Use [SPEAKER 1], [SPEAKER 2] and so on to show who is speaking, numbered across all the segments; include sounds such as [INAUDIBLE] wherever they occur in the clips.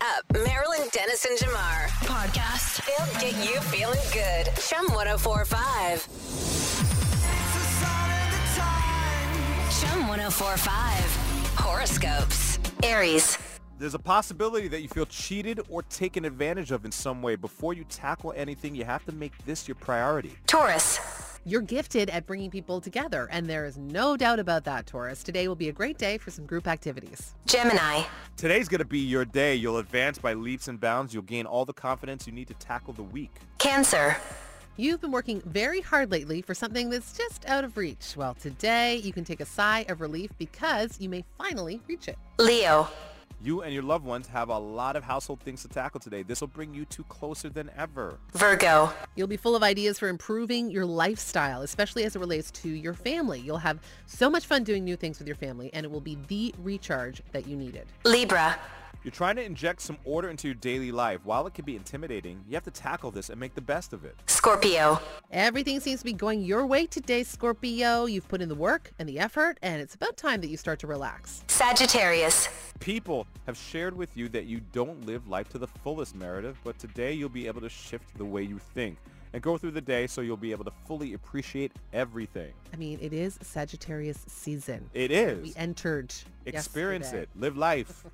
[SPEAKER 1] up. Marilyn Dennis and Jamar.
[SPEAKER 2] Podcast.
[SPEAKER 1] They'll get you feeling good. Chum 1045. Chum 1045. Horoscopes. Aries.
[SPEAKER 3] There's a possibility that you feel cheated or taken advantage of in some way. Before you tackle anything, you have to make this your priority.
[SPEAKER 1] Taurus.
[SPEAKER 4] You're gifted at bringing people together, and there is no doubt about that, Taurus. Today will be a great day for some group activities.
[SPEAKER 1] Gemini.
[SPEAKER 3] Today's going to be your day. You'll advance by leaps and bounds. You'll gain all the confidence you need to tackle the week.
[SPEAKER 1] Cancer.
[SPEAKER 4] You've been working very hard lately for something that's just out of reach. Well, today you can take a sigh of relief because you may finally reach it.
[SPEAKER 1] Leo.
[SPEAKER 3] You and your loved ones have a lot of household things to tackle today. This will bring you two closer than ever.
[SPEAKER 1] Virgo.
[SPEAKER 4] You'll be full of ideas for improving your lifestyle, especially as it relates to your family. You'll have so much fun doing new things with your family, and it will be the recharge that you needed.
[SPEAKER 1] Libra.
[SPEAKER 3] You're trying to inject some order into your daily life. While it can be intimidating, you have to tackle this and make the best of it.
[SPEAKER 1] Scorpio.
[SPEAKER 4] Everything seems to be going your way today, Scorpio. You've put in the work and the effort, and it's about time that you start to relax.
[SPEAKER 1] Sagittarius.
[SPEAKER 3] People have shared with you that you don't live life to the fullest, Meredith, but today you'll be able to shift the way you think and go through the day so you'll be able to fully appreciate everything.
[SPEAKER 4] I mean, it is Sagittarius season.
[SPEAKER 3] It is.
[SPEAKER 4] We entered.
[SPEAKER 3] Experience
[SPEAKER 4] yesterday.
[SPEAKER 3] it. Live
[SPEAKER 4] [LAUGHS]
[SPEAKER 3] life.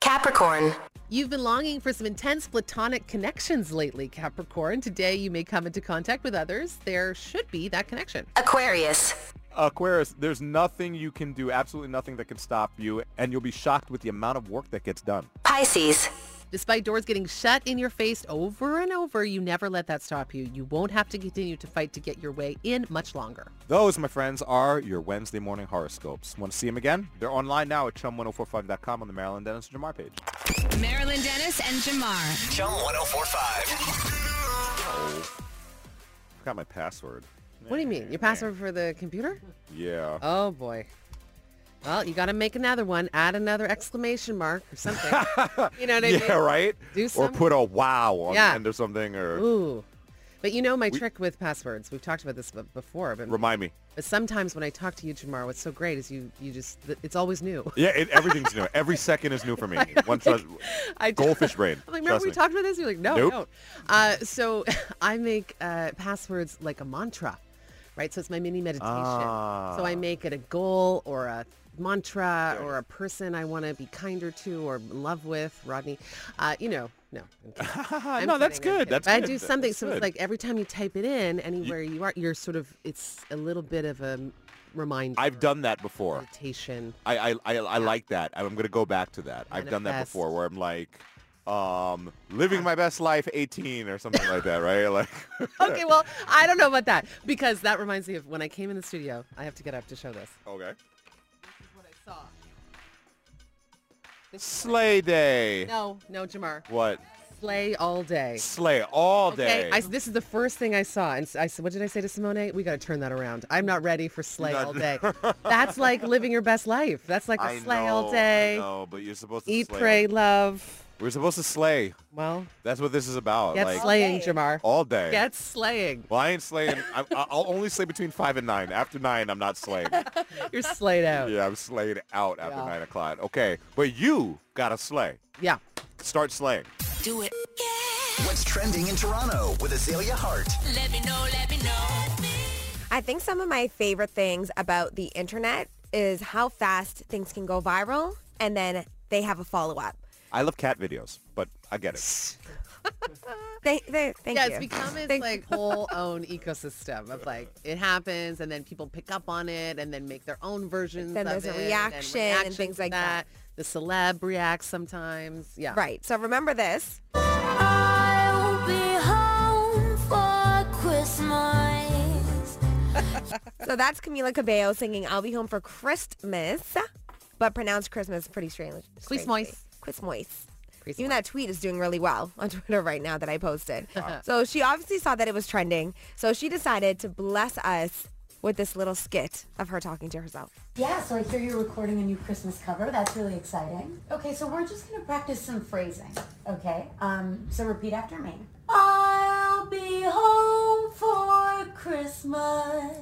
[SPEAKER 1] Capricorn.
[SPEAKER 4] You've been longing for some intense platonic connections lately, Capricorn. Today you may come into contact with others. There should be that connection.
[SPEAKER 1] Aquarius.
[SPEAKER 3] Aquarius, there's nothing you can do, absolutely nothing that can stop you, and you'll be shocked with the amount of work that gets done.
[SPEAKER 1] Pisces.
[SPEAKER 4] Despite doors getting shut in your face over and over, you never let that stop you. You won't have to continue to fight to get your way in much longer.
[SPEAKER 3] Those, my friends, are your Wednesday morning horoscopes. Want to see them again? They're online now at chum1045.com on the Maryland Dennis and Jamar page.
[SPEAKER 2] Marilyn Dennis and Jamar.
[SPEAKER 5] Chum 1045.
[SPEAKER 3] Forgot my password.
[SPEAKER 4] What do you mean? Your password for the computer?
[SPEAKER 3] Yeah.
[SPEAKER 4] Oh boy. Well, you got to make another one. Add another exclamation mark
[SPEAKER 3] [LAUGHS]
[SPEAKER 4] or something. you know what I mean?
[SPEAKER 3] yeah, right?
[SPEAKER 4] Do
[SPEAKER 3] or
[SPEAKER 4] some-
[SPEAKER 3] put a wow on
[SPEAKER 4] Yeah.
[SPEAKER 3] the end or something or
[SPEAKER 4] Ooh. But you know my trick with passwords. We've talked about this b- before, but,
[SPEAKER 3] remind me.
[SPEAKER 4] but sometimes when I talk to you, Jamar, what's so great is you you just th- it's always new.
[SPEAKER 3] Yeah, it, everything's new. Every second is new for [LAUGHS] me. One trust,
[SPEAKER 4] [LAUGHS]
[SPEAKER 3] [LAUGHS]
[SPEAKER 4] I
[SPEAKER 3] goldfish brain.
[SPEAKER 4] [LAUGHS] I'm like, remember
[SPEAKER 3] Trust
[SPEAKER 4] we
[SPEAKER 3] me.
[SPEAKER 4] talked about this? You're like, no,
[SPEAKER 3] Nope.
[SPEAKER 4] don't. Uh, so [LAUGHS] I make uh, passwords like a mantra, right? So it's my mini meditation. So I
[SPEAKER 3] Ah.
[SPEAKER 4] make it a goal or a mantra or a person I want to be kinder to or in love with, Rodney. Uh, you know, no. I'm kidding. I'm
[SPEAKER 3] no, that's
[SPEAKER 4] kidding,
[SPEAKER 3] good.
[SPEAKER 4] I'm kidding.
[SPEAKER 3] That's
[SPEAKER 4] But I
[SPEAKER 3] good.
[SPEAKER 4] do something.
[SPEAKER 3] That's
[SPEAKER 4] So it's
[SPEAKER 3] good.
[SPEAKER 4] like every time you type it in, anywhere you, are, you're sort of, it's a little bit of a reminder.
[SPEAKER 3] I've done that before.
[SPEAKER 4] meditation.
[SPEAKER 3] [LAUGHS] I I, I, I like that. I'm going to go back to that. I've done that
[SPEAKER 4] Manifest.
[SPEAKER 3] before where I'm like, um, living my best life 18 or something like that, right? Like, [LAUGHS]
[SPEAKER 4] Okay, well, I don't know about that because that reminds me of when I came in the studio. I have to get up to show this.
[SPEAKER 3] okay.
[SPEAKER 4] What I saw.
[SPEAKER 3] Slay day.
[SPEAKER 4] No, no, Jamar.
[SPEAKER 3] What?
[SPEAKER 4] Slay all day.
[SPEAKER 3] Slay all
[SPEAKER 4] Okay,
[SPEAKER 3] day.
[SPEAKER 4] I, this is the first thing I saw, and s- I said, "What did I say to Simone? We got to turn that around. I'm not ready for slay
[SPEAKER 3] Not- [LAUGHS]
[SPEAKER 4] all day. That's like living your best life. That's like a
[SPEAKER 3] I
[SPEAKER 4] slay
[SPEAKER 3] know,
[SPEAKER 4] all
[SPEAKER 3] I
[SPEAKER 4] day,
[SPEAKER 3] know, but you're supposed to
[SPEAKER 4] eat,
[SPEAKER 3] slay.
[SPEAKER 4] pray, love.
[SPEAKER 3] We're supposed to slay.
[SPEAKER 4] Well,
[SPEAKER 3] That's what this is about.
[SPEAKER 4] get
[SPEAKER 3] like
[SPEAKER 4] slaying, Jamar.
[SPEAKER 3] all
[SPEAKER 6] [LAUGHS]
[SPEAKER 3] day.
[SPEAKER 4] Get slaying.
[SPEAKER 3] well, I ain't slaying. I'm, I- I'll only slay between five and nine. After nine, I'm not
[SPEAKER 4] [LAUGHS]
[SPEAKER 3] slaying.
[SPEAKER 4] You're slayed out. Yeah.
[SPEAKER 3] yeah, I'm slayed out after
[SPEAKER 4] Yeah.
[SPEAKER 3] nine o'clock. Okay, but you gotta slay. Start slaying.
[SPEAKER 2] Do it.
[SPEAKER 5] What's trending in Toronto with Azalea Hart?
[SPEAKER 2] Let me know, let me know.
[SPEAKER 6] I think some of my favorite things about the internet is how fast things can go viral and then they have a follow up.
[SPEAKER 3] I love cat videos, but I get it.
[SPEAKER 6] Thank, thank, thank
[SPEAKER 4] Yeah,
[SPEAKER 6] you. [LAUGHS]
[SPEAKER 4] it's become its
[SPEAKER 6] Thank-
[SPEAKER 4] like whole own ecosystem of like it happens, and then people pick up on it, and then make their own versions.
[SPEAKER 6] Then
[SPEAKER 4] of
[SPEAKER 6] there's a
[SPEAKER 4] it, then
[SPEAKER 6] reaction and
[SPEAKER 4] reactions
[SPEAKER 6] things
[SPEAKER 4] to
[SPEAKER 6] like that.
[SPEAKER 4] The celeb reacts sometimes. Yeah.
[SPEAKER 6] Right. So remember this. So that's Camila Cabello singing I'll Be Home for Christmas, but pronounced Christmas pretty strange.
[SPEAKER 4] Christmas.
[SPEAKER 6] Christmas.
[SPEAKER 4] Christmas.
[SPEAKER 6] Even that tweet is doing really well on [LAUGHS] Twitter right now that I posted. so she obviously saw that it was trending. So she decided to bless us with this little skit of her talking to herself.
[SPEAKER 7] Yeah, so I hear you're recording a new Christmas cover. That's really exciting. Okay, so we're just gonna practice some phrasing. Okay, um, so repeat after me. I'll be home for Christmas.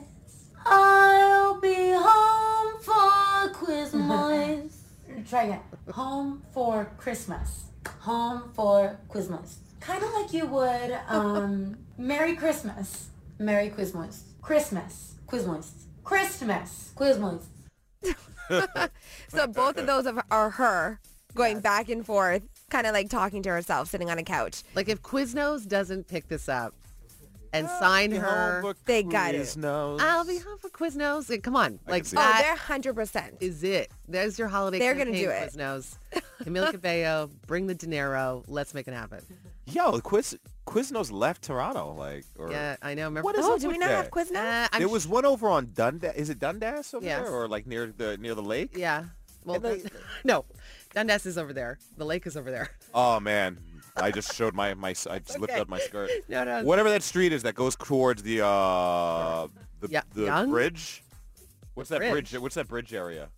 [SPEAKER 7] I'll be home for Christmas. Try again. Home for Christmas. home for Quizmas. Kind of like you would um, Merry Christmas, Merry Quizmas, Christmas, Quizmas, Christmas, Quizmas.
[SPEAKER 6] So both of those are- are her going back and forth, kind of like talking to herself, sitting on a couch.
[SPEAKER 4] Like if Quiznos doesn't pick this up and
[SPEAKER 3] Oh,
[SPEAKER 4] sign her,
[SPEAKER 6] They got it.
[SPEAKER 4] I'll be home for Quiznos. Like, Come on, like
[SPEAKER 3] see it.
[SPEAKER 6] Oh,
[SPEAKER 4] that
[SPEAKER 6] they're hundred percent.
[SPEAKER 4] is it. There's your holiday.
[SPEAKER 6] They're gonna
[SPEAKER 4] campaign,
[SPEAKER 6] do it. [LAUGHS]
[SPEAKER 4] Quiznos. Camila Cabello, bring the dinero. Let's make it happen.
[SPEAKER 3] Yo, Quiz Quiznos left Toronto, like. Or,
[SPEAKER 4] Yeah, I know. Remember?
[SPEAKER 3] What is
[SPEAKER 6] Oh,
[SPEAKER 3] up
[SPEAKER 6] do we
[SPEAKER 3] with
[SPEAKER 6] not have
[SPEAKER 3] that?
[SPEAKER 6] Quiznos?
[SPEAKER 4] Uh, I'm
[SPEAKER 3] there was one over on Dundas. Is it Dundas over
[SPEAKER 4] Yes.
[SPEAKER 3] there, or like near the near the lake?
[SPEAKER 4] Yeah. Well,
[SPEAKER 3] they-
[SPEAKER 4] no. Dundas is over there. The lake is over
[SPEAKER 6] [LAUGHS]
[SPEAKER 4] there.
[SPEAKER 3] Oh man, I just showed my my. I just lifted up my skirt.
[SPEAKER 4] No, no.
[SPEAKER 3] Whatever that street is that goes towards the uh the,
[SPEAKER 4] Yeah,
[SPEAKER 3] the
[SPEAKER 4] Young?
[SPEAKER 3] bridge. What's that
[SPEAKER 4] bridge?
[SPEAKER 3] bridge? What's that bridge area?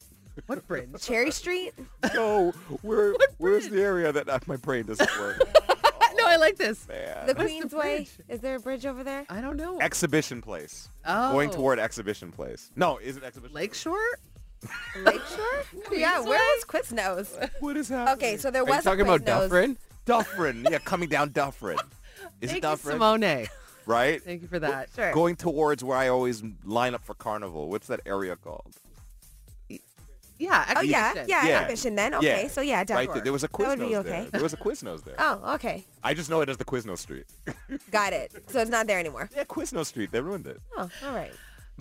[SPEAKER 4] What bridge?
[SPEAKER 6] Cherry Street.
[SPEAKER 3] No, where where's the area that uh, my brain doesn't work?
[SPEAKER 4] no, I like this.
[SPEAKER 3] man.
[SPEAKER 6] The Queensway. Is there a bridge over there?
[SPEAKER 4] I don't know.
[SPEAKER 3] Exhibition place. Going
[SPEAKER 4] Oh.
[SPEAKER 3] toward exhibition place. No, is it exhibition?
[SPEAKER 4] Lakeshore?
[SPEAKER 6] Lakeshore? [LAUGHS] yeah, where
[SPEAKER 4] Queensway?
[SPEAKER 6] was
[SPEAKER 3] [LAUGHS]
[SPEAKER 6] Quiznos?
[SPEAKER 3] What is happening?
[SPEAKER 6] Okay, so there
[SPEAKER 3] Are
[SPEAKER 6] was
[SPEAKER 3] you
[SPEAKER 6] a
[SPEAKER 3] talking about
[SPEAKER 6] Quiznos.
[SPEAKER 3] Dufferin? Dufferin, yeah, coming down Dufferin. Is
[SPEAKER 4] Thank
[SPEAKER 3] it
[SPEAKER 4] you,
[SPEAKER 3] Dufferin?
[SPEAKER 4] Simone.
[SPEAKER 3] Right?
[SPEAKER 4] Thank you for that.
[SPEAKER 6] Sure.
[SPEAKER 3] Going towards where I always line up for carnival. What's that area called?
[SPEAKER 4] Yeah.
[SPEAKER 6] Oh yeah,
[SPEAKER 4] exhibition.
[SPEAKER 6] yeah,
[SPEAKER 3] Yeah.
[SPEAKER 6] Ambition then. Okay, so yeah,
[SPEAKER 3] Right
[SPEAKER 6] Dufferin.
[SPEAKER 3] there. There was a
[SPEAKER 6] That
[SPEAKER 3] Quiznos
[SPEAKER 6] would be okay.
[SPEAKER 3] there. There was a Quiznos there.
[SPEAKER 6] [LAUGHS] Oh, okay.
[SPEAKER 3] I just know it as the Quiznos Street. [LAUGHS]
[SPEAKER 6] Got it. So it's not there anymore.
[SPEAKER 3] yeah, Quiznos Street. They ruined it.
[SPEAKER 6] Oh, all right.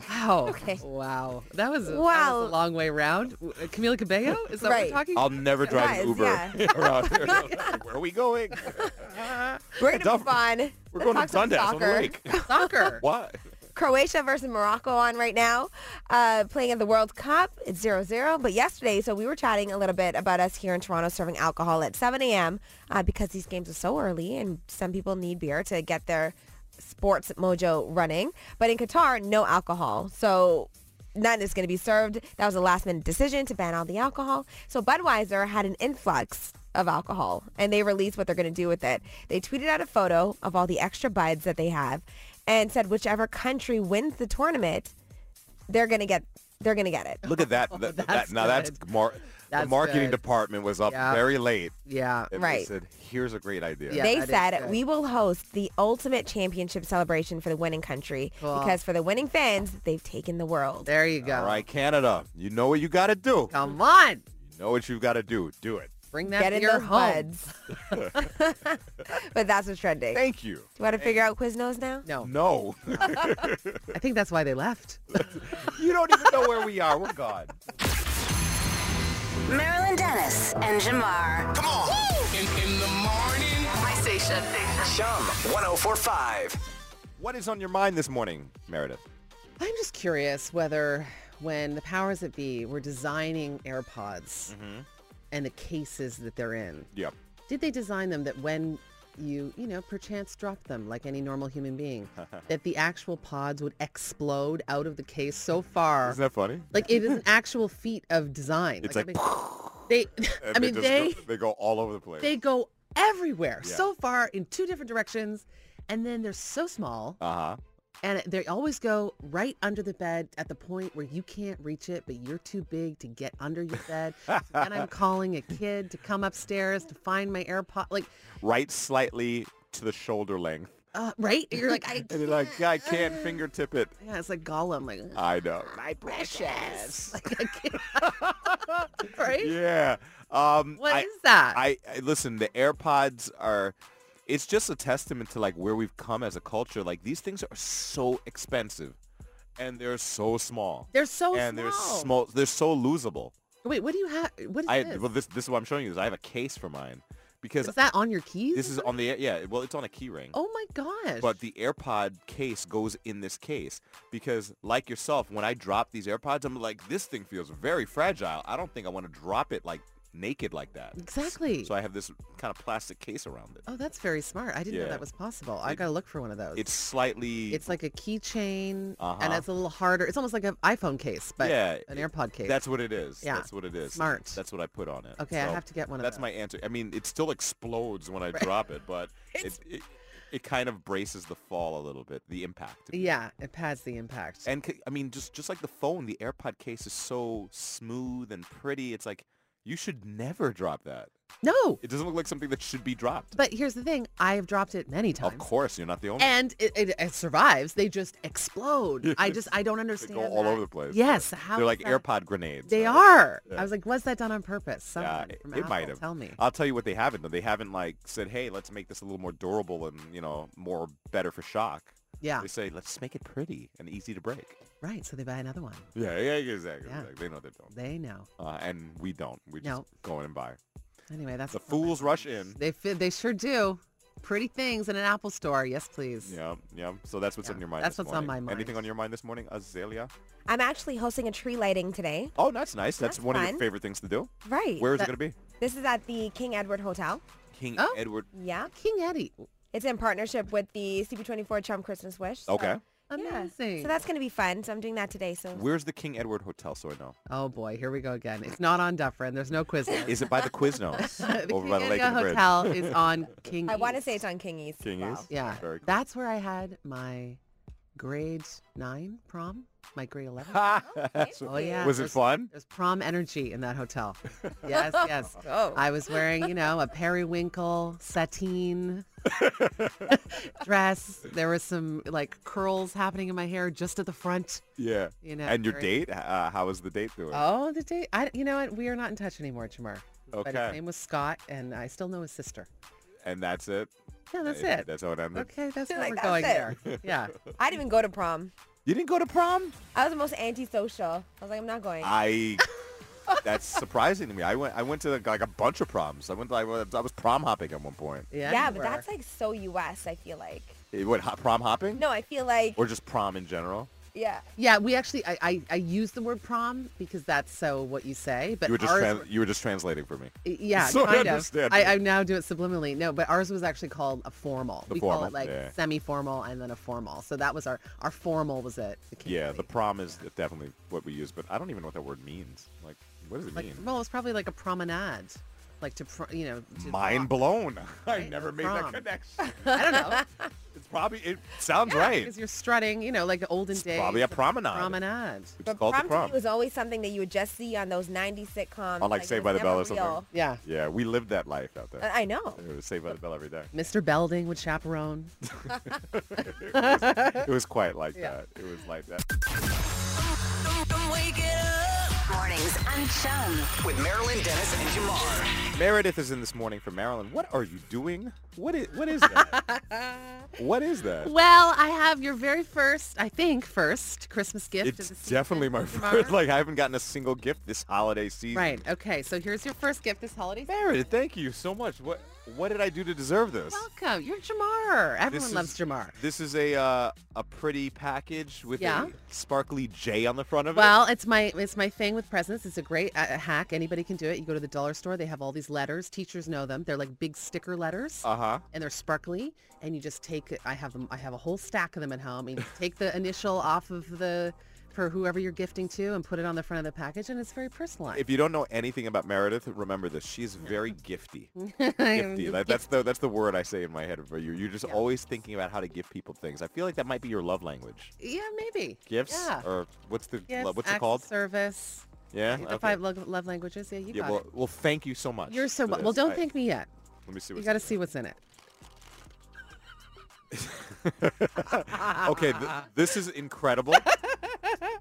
[SPEAKER 4] Wow.
[SPEAKER 6] Okay.
[SPEAKER 4] Wow. That was, a, that was
[SPEAKER 6] Wow.
[SPEAKER 4] a long way round. W- uh, Camila
[SPEAKER 6] [LAUGHS]
[SPEAKER 4] Cabello? Is that
[SPEAKER 6] Right.
[SPEAKER 4] what we're talking
[SPEAKER 3] I'll never drive
[SPEAKER 6] Guys,
[SPEAKER 3] an Uber
[SPEAKER 6] yeah.
[SPEAKER 3] [LAUGHS] around
[SPEAKER 6] [LAUGHS]
[SPEAKER 3] here. Where are we going?
[SPEAKER 6] We're gonna
[SPEAKER 3] Dufferin.
[SPEAKER 6] move on.
[SPEAKER 3] We're going to Dundas on the lake. [LAUGHS]
[SPEAKER 6] [LAUGHS]
[SPEAKER 4] Soccer.
[SPEAKER 3] What?
[SPEAKER 6] Croatia versus Morocco on right now, uh, playing at the World Cup. It's 0-0. But yesterday, so we were chatting a little bit about us here in Toronto serving alcohol at 7 a.m. Uh, because these games are so early and some people need beer to get their sports mojo running. But in Qatar, no alcohol. So none is going to be served. That was a last minute decision to ban all the alcohol. So Budweiser had an influx of alcohol and they released what they're going to do with it. They tweeted out a photo of all the extra buds that they have and said whichever country wins the tournament, they're going to get they're going to get it.
[SPEAKER 3] Look at
[SPEAKER 6] [LAUGHS] Oh,
[SPEAKER 3] that. That- that-
[SPEAKER 4] that's
[SPEAKER 3] now that's
[SPEAKER 4] good.
[SPEAKER 3] mar-
[SPEAKER 4] That's
[SPEAKER 3] the marketing
[SPEAKER 4] good.
[SPEAKER 3] department was up
[SPEAKER 4] Yeah.
[SPEAKER 3] very late.
[SPEAKER 4] Yeah.
[SPEAKER 3] And They
[SPEAKER 6] Right.
[SPEAKER 3] said, here's a great idea.
[SPEAKER 4] Yeah.
[SPEAKER 6] they
[SPEAKER 4] that is
[SPEAKER 6] said
[SPEAKER 4] good.
[SPEAKER 6] we will host the ultimate championship celebration for the winning country because for the winning fans, they've taken the world.
[SPEAKER 4] There you go.
[SPEAKER 3] All right, Canada, you know what you got to do.
[SPEAKER 4] Come on.
[SPEAKER 3] You know what you've got to do. Do it.
[SPEAKER 4] Bring that
[SPEAKER 6] Get
[SPEAKER 4] to
[SPEAKER 6] in
[SPEAKER 4] your
[SPEAKER 6] those
[SPEAKER 4] home.
[SPEAKER 6] buds. [LAUGHS] but that's what's trending. Do
[SPEAKER 3] Thank you.
[SPEAKER 6] you want to figure out Quiznos now?
[SPEAKER 4] No.
[SPEAKER 3] No. [LAUGHS]
[SPEAKER 4] I think that's why they left.
[SPEAKER 3] you don't even know where we are. We're gone.
[SPEAKER 1] Marilyn Dennis and Jamar.
[SPEAKER 5] Come on.
[SPEAKER 1] My station.
[SPEAKER 5] Chum 1045.
[SPEAKER 3] What is on your mind this morning, Meredith?
[SPEAKER 4] I'm just curious whether when the powers that be were designing AirPods
[SPEAKER 3] Mm-hmm.
[SPEAKER 4] and the cases that they're in,
[SPEAKER 3] Yep.
[SPEAKER 4] did they design them that when you, you know, perchance drop them like any normal
[SPEAKER 3] [LAUGHS]
[SPEAKER 4] human being, that the actual pods would explode out of the case so far?
[SPEAKER 3] Isn't that funny?
[SPEAKER 4] Like it is an actual feat of design.
[SPEAKER 3] It's [LAUGHS]
[SPEAKER 4] I mean, they,
[SPEAKER 3] And
[SPEAKER 4] [LAUGHS] I mean,
[SPEAKER 3] just
[SPEAKER 4] they,
[SPEAKER 3] go, they go all over the place.
[SPEAKER 4] they go everywhere
[SPEAKER 3] Yeah.
[SPEAKER 4] so far in two different directions. And then they're so small.
[SPEAKER 3] uh-huh.
[SPEAKER 4] And they always go right under the bed at the point where you can't reach it, but you're too big to get under your bed.
[SPEAKER 3] [LAUGHS]
[SPEAKER 4] and I'm calling a kid to come upstairs to find my AirPod. Like,
[SPEAKER 3] Right slightly to the shoulder length.
[SPEAKER 4] uh, right? You're
[SPEAKER 3] [LAUGHS]
[SPEAKER 4] like, I
[SPEAKER 3] And you're like, I
[SPEAKER 4] [LAUGHS]
[SPEAKER 3] can't fingertip it.
[SPEAKER 4] yeah, it's like Gollum. Like, "Ugh,
[SPEAKER 3] I know.
[SPEAKER 4] my precious. [LAUGHS] Like, I can't- [LAUGHS] right?
[SPEAKER 3] Yeah. Um,
[SPEAKER 4] What is
[SPEAKER 3] I,
[SPEAKER 4] that?
[SPEAKER 3] I, I listen. The AirPods are. It's just a testament to like where we've come as a culture. Like these things are so expensive, and they're so small.
[SPEAKER 4] they're so
[SPEAKER 3] and
[SPEAKER 4] small.
[SPEAKER 3] they're small. They're so losable.
[SPEAKER 4] Wait, what do you have? What is
[SPEAKER 3] I
[SPEAKER 4] this?
[SPEAKER 3] well, this this is what I'm showing you is I have a case for mine because
[SPEAKER 4] is that on your keys?
[SPEAKER 3] this
[SPEAKER 4] or
[SPEAKER 3] is
[SPEAKER 4] something?
[SPEAKER 3] on the yeah. Well, it's on a key ring.
[SPEAKER 4] Oh my gosh.
[SPEAKER 3] But the AirPod case goes in this case because, like yourself, when I drop these AirPods, I'm like, this thing feels very fragile. I don't think I want to drop it like naked like that.
[SPEAKER 4] exactly.
[SPEAKER 3] So I have this kind of plastic case around it.
[SPEAKER 4] oh, that's very smart. I didn't know
[SPEAKER 3] Yeah.
[SPEAKER 4] that was possible. I gotta look for one of those.
[SPEAKER 3] It's slightly.
[SPEAKER 4] It's like a keychain, and
[SPEAKER 3] Uh-huh.
[SPEAKER 4] it's a little harder. It's almost like an iPhone case, but
[SPEAKER 3] Yeah,
[SPEAKER 4] an
[SPEAKER 3] it-
[SPEAKER 4] AirPod case.
[SPEAKER 3] That's what it is.
[SPEAKER 4] Yeah.
[SPEAKER 3] That's what it is.
[SPEAKER 4] Smart.
[SPEAKER 3] That's what I put on it.
[SPEAKER 4] Okay, I have to get one of
[SPEAKER 3] That's
[SPEAKER 4] those.
[SPEAKER 3] my answer. I mean, it still explodes
[SPEAKER 4] [LAUGHS]
[SPEAKER 3] when I drop it, but it, it it kind of braces the fall a little bit, the impact. if you
[SPEAKER 4] yeah, it pads the impact.
[SPEAKER 3] And c- I mean, just just like the phone, the AirPod case is so smooth and pretty. It's like You should never drop that.
[SPEAKER 4] No.
[SPEAKER 3] It doesn't look like something that should be dropped.
[SPEAKER 4] But here's the thing. I have dropped it many times.
[SPEAKER 3] Of course, you're not the only.
[SPEAKER 4] And it, it, it survives. They just explode.
[SPEAKER 3] [LAUGHS]
[SPEAKER 4] I just, I don't understand.
[SPEAKER 3] go all
[SPEAKER 4] that.
[SPEAKER 3] over the place.
[SPEAKER 4] Yes. How
[SPEAKER 3] They're
[SPEAKER 4] is
[SPEAKER 3] like
[SPEAKER 4] that-
[SPEAKER 3] AirPod grenades.
[SPEAKER 4] They
[SPEAKER 3] right?
[SPEAKER 4] are.
[SPEAKER 3] Yeah.
[SPEAKER 4] I was like, was that done on purpose? Someone
[SPEAKER 3] Yeah, it, Uh,
[SPEAKER 4] from
[SPEAKER 3] it might
[SPEAKER 4] Apple,
[SPEAKER 3] have.
[SPEAKER 4] Tell me.
[SPEAKER 3] I'll tell you what they haven't though. They haven't like said, "Hey, let's make this a little more durable and you know more better for shock."
[SPEAKER 4] yeah.
[SPEAKER 3] They say, "Let's make it pretty and easy to break."
[SPEAKER 4] Right. So they buy another one.
[SPEAKER 3] Yeah, yeah, exactly.
[SPEAKER 4] Yeah.
[SPEAKER 3] exactly. They know they don't,
[SPEAKER 4] They know.
[SPEAKER 3] uh, and we don't. We just
[SPEAKER 4] No.
[SPEAKER 3] go in and buy.
[SPEAKER 4] Anyway, that's
[SPEAKER 3] The
[SPEAKER 4] not my-
[SPEAKER 3] fools rush in.
[SPEAKER 4] They fi- they sure do. Pretty things in an Apple store. Yes, please.
[SPEAKER 3] Yeah, yeah. So that's what's
[SPEAKER 4] Yeah,
[SPEAKER 3] on your mind.
[SPEAKER 4] that's
[SPEAKER 3] this
[SPEAKER 4] what's on
[SPEAKER 3] morning.
[SPEAKER 4] my mind.
[SPEAKER 3] Anything on your mind this morning, Azalea?
[SPEAKER 6] I'm actually hosting a tree lighting today.
[SPEAKER 3] Oh, that's nice. That's,
[SPEAKER 6] That's
[SPEAKER 3] one of your
[SPEAKER 6] fun.
[SPEAKER 3] favorite things to do.
[SPEAKER 6] Right.
[SPEAKER 3] Where is
[SPEAKER 4] That-
[SPEAKER 3] it going to be?
[SPEAKER 6] This is at the King Edward Hotel.
[SPEAKER 3] King
[SPEAKER 4] Oh.
[SPEAKER 3] Edward.
[SPEAKER 6] Yeah.
[SPEAKER 4] King Eddie.
[SPEAKER 6] It's in partnership with the CP24 Chum Christmas Wish. so- um,
[SPEAKER 3] Okay.
[SPEAKER 6] Yeah.
[SPEAKER 4] Amazing.
[SPEAKER 6] So that's going to be fun. So I'm doing that today. So
[SPEAKER 3] Where's the King Edward Hotel? So I know.
[SPEAKER 4] oh boy, here we go again. It's not on Dufferin. There's no
[SPEAKER 3] [LAUGHS]
[SPEAKER 4] quiz. [LAUGHS]
[SPEAKER 3] Is it by the Quiznos
[SPEAKER 4] the
[SPEAKER 3] over
[SPEAKER 4] King
[SPEAKER 3] by the Lake
[SPEAKER 4] Anna
[SPEAKER 3] and the Bridge? [LAUGHS]
[SPEAKER 4] Hotel is on King.
[SPEAKER 6] I want to
[SPEAKER 4] East.
[SPEAKER 6] say it's on King East. as
[SPEAKER 3] King
[SPEAKER 6] well.
[SPEAKER 3] East?
[SPEAKER 4] Yeah,
[SPEAKER 3] Very cool.
[SPEAKER 4] that's where I had my grade nine prom, my grade eleven.
[SPEAKER 3] Ha!
[SPEAKER 4] [LAUGHS]
[SPEAKER 3] That's
[SPEAKER 4] Oh
[SPEAKER 3] what-
[SPEAKER 4] yeah.
[SPEAKER 3] Was it
[SPEAKER 4] there's-
[SPEAKER 3] fun?
[SPEAKER 4] There's prom energy in that hotel. Yes, yes.
[SPEAKER 6] Oh.
[SPEAKER 4] I was wearing, you know, a periwinkle
[SPEAKER 3] [LAUGHS]
[SPEAKER 4] sateen [LAUGHS] dress. There was some like curls happening in my hair just at the front.
[SPEAKER 3] [LAUGHS] Yeah.
[SPEAKER 4] You know,
[SPEAKER 3] and your
[SPEAKER 4] very-
[SPEAKER 3] date? Uh, how was the date doing?
[SPEAKER 4] Oh, the date. I, you know what? We are not in touch anymore, Jamar. But
[SPEAKER 3] Okay.
[SPEAKER 4] his name was Scott, and I still know his sister.
[SPEAKER 3] and that's it.
[SPEAKER 4] Yeah, that's
[SPEAKER 3] Uh,
[SPEAKER 4] it.
[SPEAKER 3] That's how it ended.
[SPEAKER 4] Okay, that's where
[SPEAKER 6] Like,
[SPEAKER 4] we're
[SPEAKER 6] that's
[SPEAKER 4] going there.
[SPEAKER 6] it.
[SPEAKER 3] [LAUGHS]
[SPEAKER 4] Yeah.
[SPEAKER 6] I didn't even go to prom.
[SPEAKER 3] You didn't go to prom?
[SPEAKER 6] I was the most antisocial. I was like, I'm not going.
[SPEAKER 4] [LAUGHS]
[SPEAKER 3] I. that's surprising to me. I went. I went to like a bunch of proms. I went. I was, I was prom hopping at one point.
[SPEAKER 4] Yeah,
[SPEAKER 6] yeah,
[SPEAKER 4] you
[SPEAKER 6] but
[SPEAKER 4] were.
[SPEAKER 6] that's like so U.S. I feel like.
[SPEAKER 3] Eh, What ho- prom hopping?
[SPEAKER 6] No, I feel like.
[SPEAKER 3] Or just prom in general?
[SPEAKER 6] yeah.
[SPEAKER 4] Yeah, we actually, I, I, I use the word prom because that's so what you say. But
[SPEAKER 3] You were just
[SPEAKER 4] ours
[SPEAKER 3] tran-
[SPEAKER 4] were-
[SPEAKER 3] you were just translating for me. [LAUGHS]
[SPEAKER 4] Yeah,
[SPEAKER 3] So I
[SPEAKER 4] kind
[SPEAKER 3] understand
[SPEAKER 4] of. I,
[SPEAKER 3] it.
[SPEAKER 4] I now do it subliminally. No, but ours was actually called a formal.
[SPEAKER 3] The
[SPEAKER 4] we call
[SPEAKER 3] formal,
[SPEAKER 4] it like
[SPEAKER 3] yeah.
[SPEAKER 4] semi-formal and then a formal. So that was our our formal was it. The
[SPEAKER 3] Yeah, the
[SPEAKER 4] Kingsley.
[SPEAKER 3] prom is definitely what we use, but I don't even know what that word means. Like, what does it
[SPEAKER 4] like,
[SPEAKER 3] mean?
[SPEAKER 4] well, it was probably like a promenade, like to pro- you know. To
[SPEAKER 3] Mind
[SPEAKER 4] walk.
[SPEAKER 3] blown. [LAUGHS] I
[SPEAKER 4] Right?
[SPEAKER 3] never
[SPEAKER 4] That's
[SPEAKER 3] made
[SPEAKER 4] prom.
[SPEAKER 3] that connection.
[SPEAKER 4] [LAUGHS] I don't know.
[SPEAKER 3] it's probably
[SPEAKER 4] [LAUGHS]
[SPEAKER 3] it sounds right.
[SPEAKER 4] Because you're strutting, you know, like the olden days.
[SPEAKER 3] probably a
[SPEAKER 4] the
[SPEAKER 3] [LAUGHS] promenade.
[SPEAKER 4] Promenade.
[SPEAKER 3] It's
[SPEAKER 6] But
[SPEAKER 3] called
[SPEAKER 6] prom,
[SPEAKER 3] the prom.
[SPEAKER 6] to me was always something that you would just see on those 90s sitcoms.
[SPEAKER 3] On, like,
[SPEAKER 6] it
[SPEAKER 3] Saved
[SPEAKER 6] was
[SPEAKER 3] by the
[SPEAKER 6] never
[SPEAKER 3] Bell or something.
[SPEAKER 6] real.
[SPEAKER 4] Yeah.
[SPEAKER 3] yeah, we lived that life out there.
[SPEAKER 6] I I know.
[SPEAKER 3] It was Saved by the Bell every day.
[SPEAKER 4] Mr. Belding would
[SPEAKER 3] [LAUGHS]
[SPEAKER 4] chaperone.
[SPEAKER 3] It was quite like
[SPEAKER 4] Yeah.
[SPEAKER 3] that. It was like that.
[SPEAKER 2] Wake it up.
[SPEAKER 1] Mornings on Chum.
[SPEAKER 5] With Marilyn, Dennis, and Jamar.
[SPEAKER 3] Meredith is in this morning from Maryland. What are you doing? What is what is that?
[SPEAKER 4] [LAUGHS]
[SPEAKER 3] what is that?
[SPEAKER 4] Well, I have your very first, I think, first Christmas gift. of
[SPEAKER 3] It's
[SPEAKER 4] the season
[SPEAKER 3] definitely my
[SPEAKER 4] tomorrow.
[SPEAKER 3] first. Like I haven't gotten a single gift this holiday season.
[SPEAKER 4] Right. Okay. So here's your first gift this holiday. season.
[SPEAKER 3] Meredith, thank you so much. What what did I do to deserve this?
[SPEAKER 4] Welcome. You're Jamar. Everyone
[SPEAKER 3] This
[SPEAKER 4] loves
[SPEAKER 3] is-
[SPEAKER 4] Jamar.
[SPEAKER 3] This is a uh, a pretty package with
[SPEAKER 4] Yeah.
[SPEAKER 3] a sparkly J on the front of
[SPEAKER 4] Well, it's my it's my thing with presents. It's a great uh, hack. Anybody can do it. You go to the dollar store. They have all these letters. Teachers know them. They're like big sticker letters.
[SPEAKER 3] it. Uh huh.
[SPEAKER 4] and they're sparkly and you just take I have them I have a whole stack of them at home and you take the initial off of the for whoever you're gifting to and put it on the front of the package and it's very personalized.
[SPEAKER 3] If you don't know anything about Meredith, remember this: she is very gifty.
[SPEAKER 4] [LAUGHS] I'm
[SPEAKER 3] gifty. That, that's the that's the word I say in my head for you. You're just always thinking about how to give people things. I feel like that might be your love language.
[SPEAKER 4] yeah, maybe.
[SPEAKER 3] Gifts
[SPEAKER 4] Yeah.
[SPEAKER 3] or what's the
[SPEAKER 4] Gifts,
[SPEAKER 3] lo- what's
[SPEAKER 4] acts
[SPEAKER 3] it
[SPEAKER 4] of
[SPEAKER 3] called?
[SPEAKER 4] Service.
[SPEAKER 3] Yeah.
[SPEAKER 4] The
[SPEAKER 3] okay.
[SPEAKER 4] five lo- love languages. Yeah, you
[SPEAKER 3] yeah.
[SPEAKER 4] got
[SPEAKER 3] Well,
[SPEAKER 4] it.
[SPEAKER 3] well, thank you so much.
[SPEAKER 4] You're so
[SPEAKER 3] for
[SPEAKER 4] wel-
[SPEAKER 3] this.
[SPEAKER 4] well. Don't
[SPEAKER 3] I-
[SPEAKER 4] thank me yet.
[SPEAKER 3] Let me see.
[SPEAKER 4] You
[SPEAKER 3] what's
[SPEAKER 4] got to
[SPEAKER 3] in
[SPEAKER 4] see what's in it.
[SPEAKER 3] there. Okay. Th- this is incredible.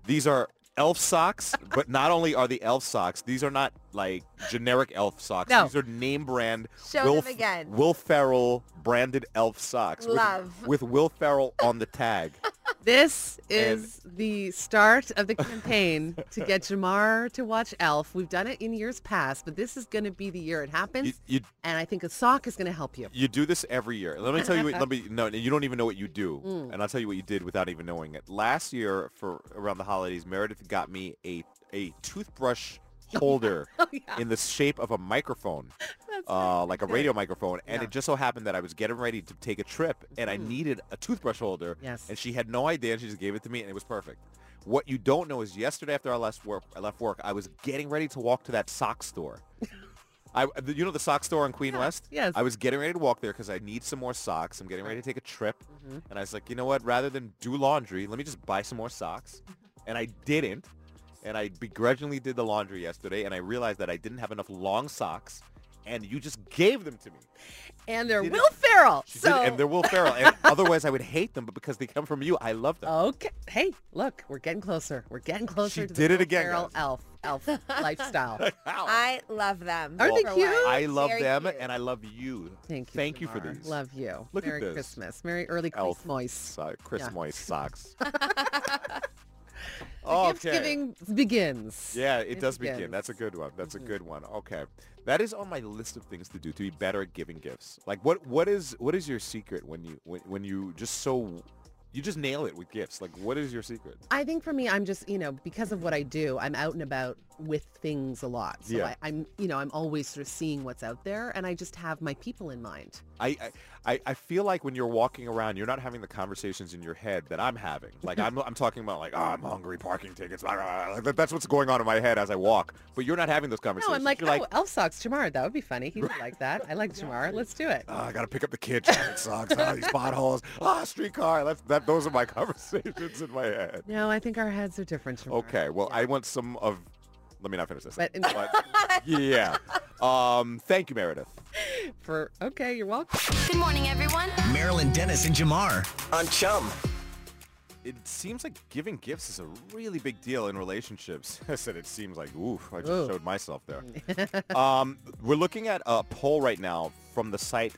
[SPEAKER 3] these are elf socks, but not only are the elf socks, these are not like generic elf socks.
[SPEAKER 4] No.
[SPEAKER 3] These are name brand
[SPEAKER 6] Show
[SPEAKER 3] Will,
[SPEAKER 6] them again.
[SPEAKER 3] Will Ferrell branded elf socks. with-
[SPEAKER 6] Love.
[SPEAKER 3] With, Will Ferrell on the tag. [LAUGHS]
[SPEAKER 4] This is the start of the campaign
[SPEAKER 3] [LAUGHS]
[SPEAKER 4] to get Jamar to watch Elf. We've done it in years past, but this is going to be the year it happens.
[SPEAKER 3] You, you
[SPEAKER 4] and I think a sock is going to help you.
[SPEAKER 3] You do this every year. Let me tell you. What, let
[SPEAKER 4] [LAUGHS]
[SPEAKER 3] me no. You don't even know what you do,
[SPEAKER 4] Mm.
[SPEAKER 3] and I'll tell you what you did without even knowing it. Last year, for around the holidays, Meredith got me a a
[SPEAKER 4] [LAUGHS]
[SPEAKER 3] toothbrush
[SPEAKER 4] Oh,
[SPEAKER 3] holder in the shape of a microphone, uh, like a radio microphone. And
[SPEAKER 4] Yeah. Mm.
[SPEAKER 3] it just so happened that I was getting ready to take a trip, and I needed a toothbrush holder.
[SPEAKER 4] Yes.
[SPEAKER 3] And she had no idea, and she just gave it to me, and it was perfect. What you don't know is yesterday after I left work, I left work, I was getting ready to walk to that sock store. I, the- you know the sock store on Queen West?
[SPEAKER 4] yes.
[SPEAKER 3] I was getting ready to walk there because I need some more socks. I'm getting ready to take a trip.
[SPEAKER 4] Mm-hmm.
[SPEAKER 3] And I was like, you know what? Rather than do laundry, let me just buy some more socks. And I didn't. and I begrudgingly did the laundry yesterday, and I realized that I didn't have enough long socks, and you just gave them to me.
[SPEAKER 4] And they're
[SPEAKER 3] did
[SPEAKER 4] Will Ferrell.
[SPEAKER 3] She
[SPEAKER 4] so
[SPEAKER 3] did, and they're Will Ferrell.
[SPEAKER 4] [LAUGHS]
[SPEAKER 3] And otherwise, I would hate them, but because they come from you, I love them.
[SPEAKER 4] okay. Hey, look, we're getting closer. We're getting closer
[SPEAKER 3] She
[SPEAKER 4] to
[SPEAKER 3] did
[SPEAKER 4] the
[SPEAKER 3] it
[SPEAKER 4] Will
[SPEAKER 3] again,
[SPEAKER 4] Ferrell
[SPEAKER 3] guys.
[SPEAKER 4] elf
[SPEAKER 3] [LAUGHS]
[SPEAKER 4] elf lifestyle.
[SPEAKER 3] Wow.
[SPEAKER 6] I love them.
[SPEAKER 4] Aren't they
[SPEAKER 6] for
[SPEAKER 4] cute?
[SPEAKER 6] what?
[SPEAKER 3] I love
[SPEAKER 6] Very
[SPEAKER 3] them,
[SPEAKER 6] cute.
[SPEAKER 3] and I love you.
[SPEAKER 4] Thank you.
[SPEAKER 3] Thank you for
[SPEAKER 4] Jamar.
[SPEAKER 3] these.
[SPEAKER 4] Love you.
[SPEAKER 3] Look at
[SPEAKER 4] Merry
[SPEAKER 3] this.
[SPEAKER 4] Christmas. Merry early
[SPEAKER 3] Elf
[SPEAKER 4] Christmas.
[SPEAKER 3] so- Chris
[SPEAKER 4] Yeah.
[SPEAKER 3] Moist
[SPEAKER 4] [LAUGHS]
[SPEAKER 3] socks.
[SPEAKER 4] Gift giving begins.
[SPEAKER 3] Yeah, it,
[SPEAKER 4] It
[SPEAKER 3] does begin.
[SPEAKER 4] begins.
[SPEAKER 3] That's a good one. That's
[SPEAKER 4] Mm-hmm.
[SPEAKER 3] a good one. Okay. That is on my list of things to do to be better at giving gifts. Like what what is what is your secret when you when, when you just so you just nail it with gifts? Like what is your secret?
[SPEAKER 4] I think for me, I'm just, you know, because of what I do, I'm out and about with things a lot. So
[SPEAKER 3] Yeah.
[SPEAKER 4] I, I'm, you know, I'm always sort of seeing what's out there and I just have my people in mind.
[SPEAKER 3] I, I I- I feel like when you're walking around, you're not having the conversations in your head that I'm having. Like I'm I'm talking about like, oh, I'm hungry, parking tickets, blah, blah, blah. Like, that- that's what's going on in my head as I walk. But you're not having those conversations.
[SPEAKER 4] No, I'm like,
[SPEAKER 3] you're
[SPEAKER 4] oh, elf socks, Jamar. That would be funny. He would
[SPEAKER 3] [LAUGHS]
[SPEAKER 4] like that. I like Jamar. Let's do it.
[SPEAKER 3] "Ah, I gotta pick up the kid. Traffic sucks. Ah, these potholes. [LAUGHS] Ah, streetcar. That's that. Those are my [LAUGHS] conversations in my head.
[SPEAKER 4] No, I think our heads are different, Jamar.
[SPEAKER 3] Okay, well, I want some of. Let me not finish this.
[SPEAKER 4] But in-
[SPEAKER 3] yeah. Um, thank you, Meredith.
[SPEAKER 4] For, okay, you're welcome. [LAUGHS]
[SPEAKER 2] Good morning, everyone.
[SPEAKER 5] Marilyn Dennis and Jamar on Chum.
[SPEAKER 3] It seems like giving gifts is a really big deal in relationships. [LAUGHS] I said it seems like, oof, I just
[SPEAKER 4] Ooh.
[SPEAKER 3] showed myself
[SPEAKER 4] [LAUGHS]
[SPEAKER 3] there. um, we're looking at a poll right now from the site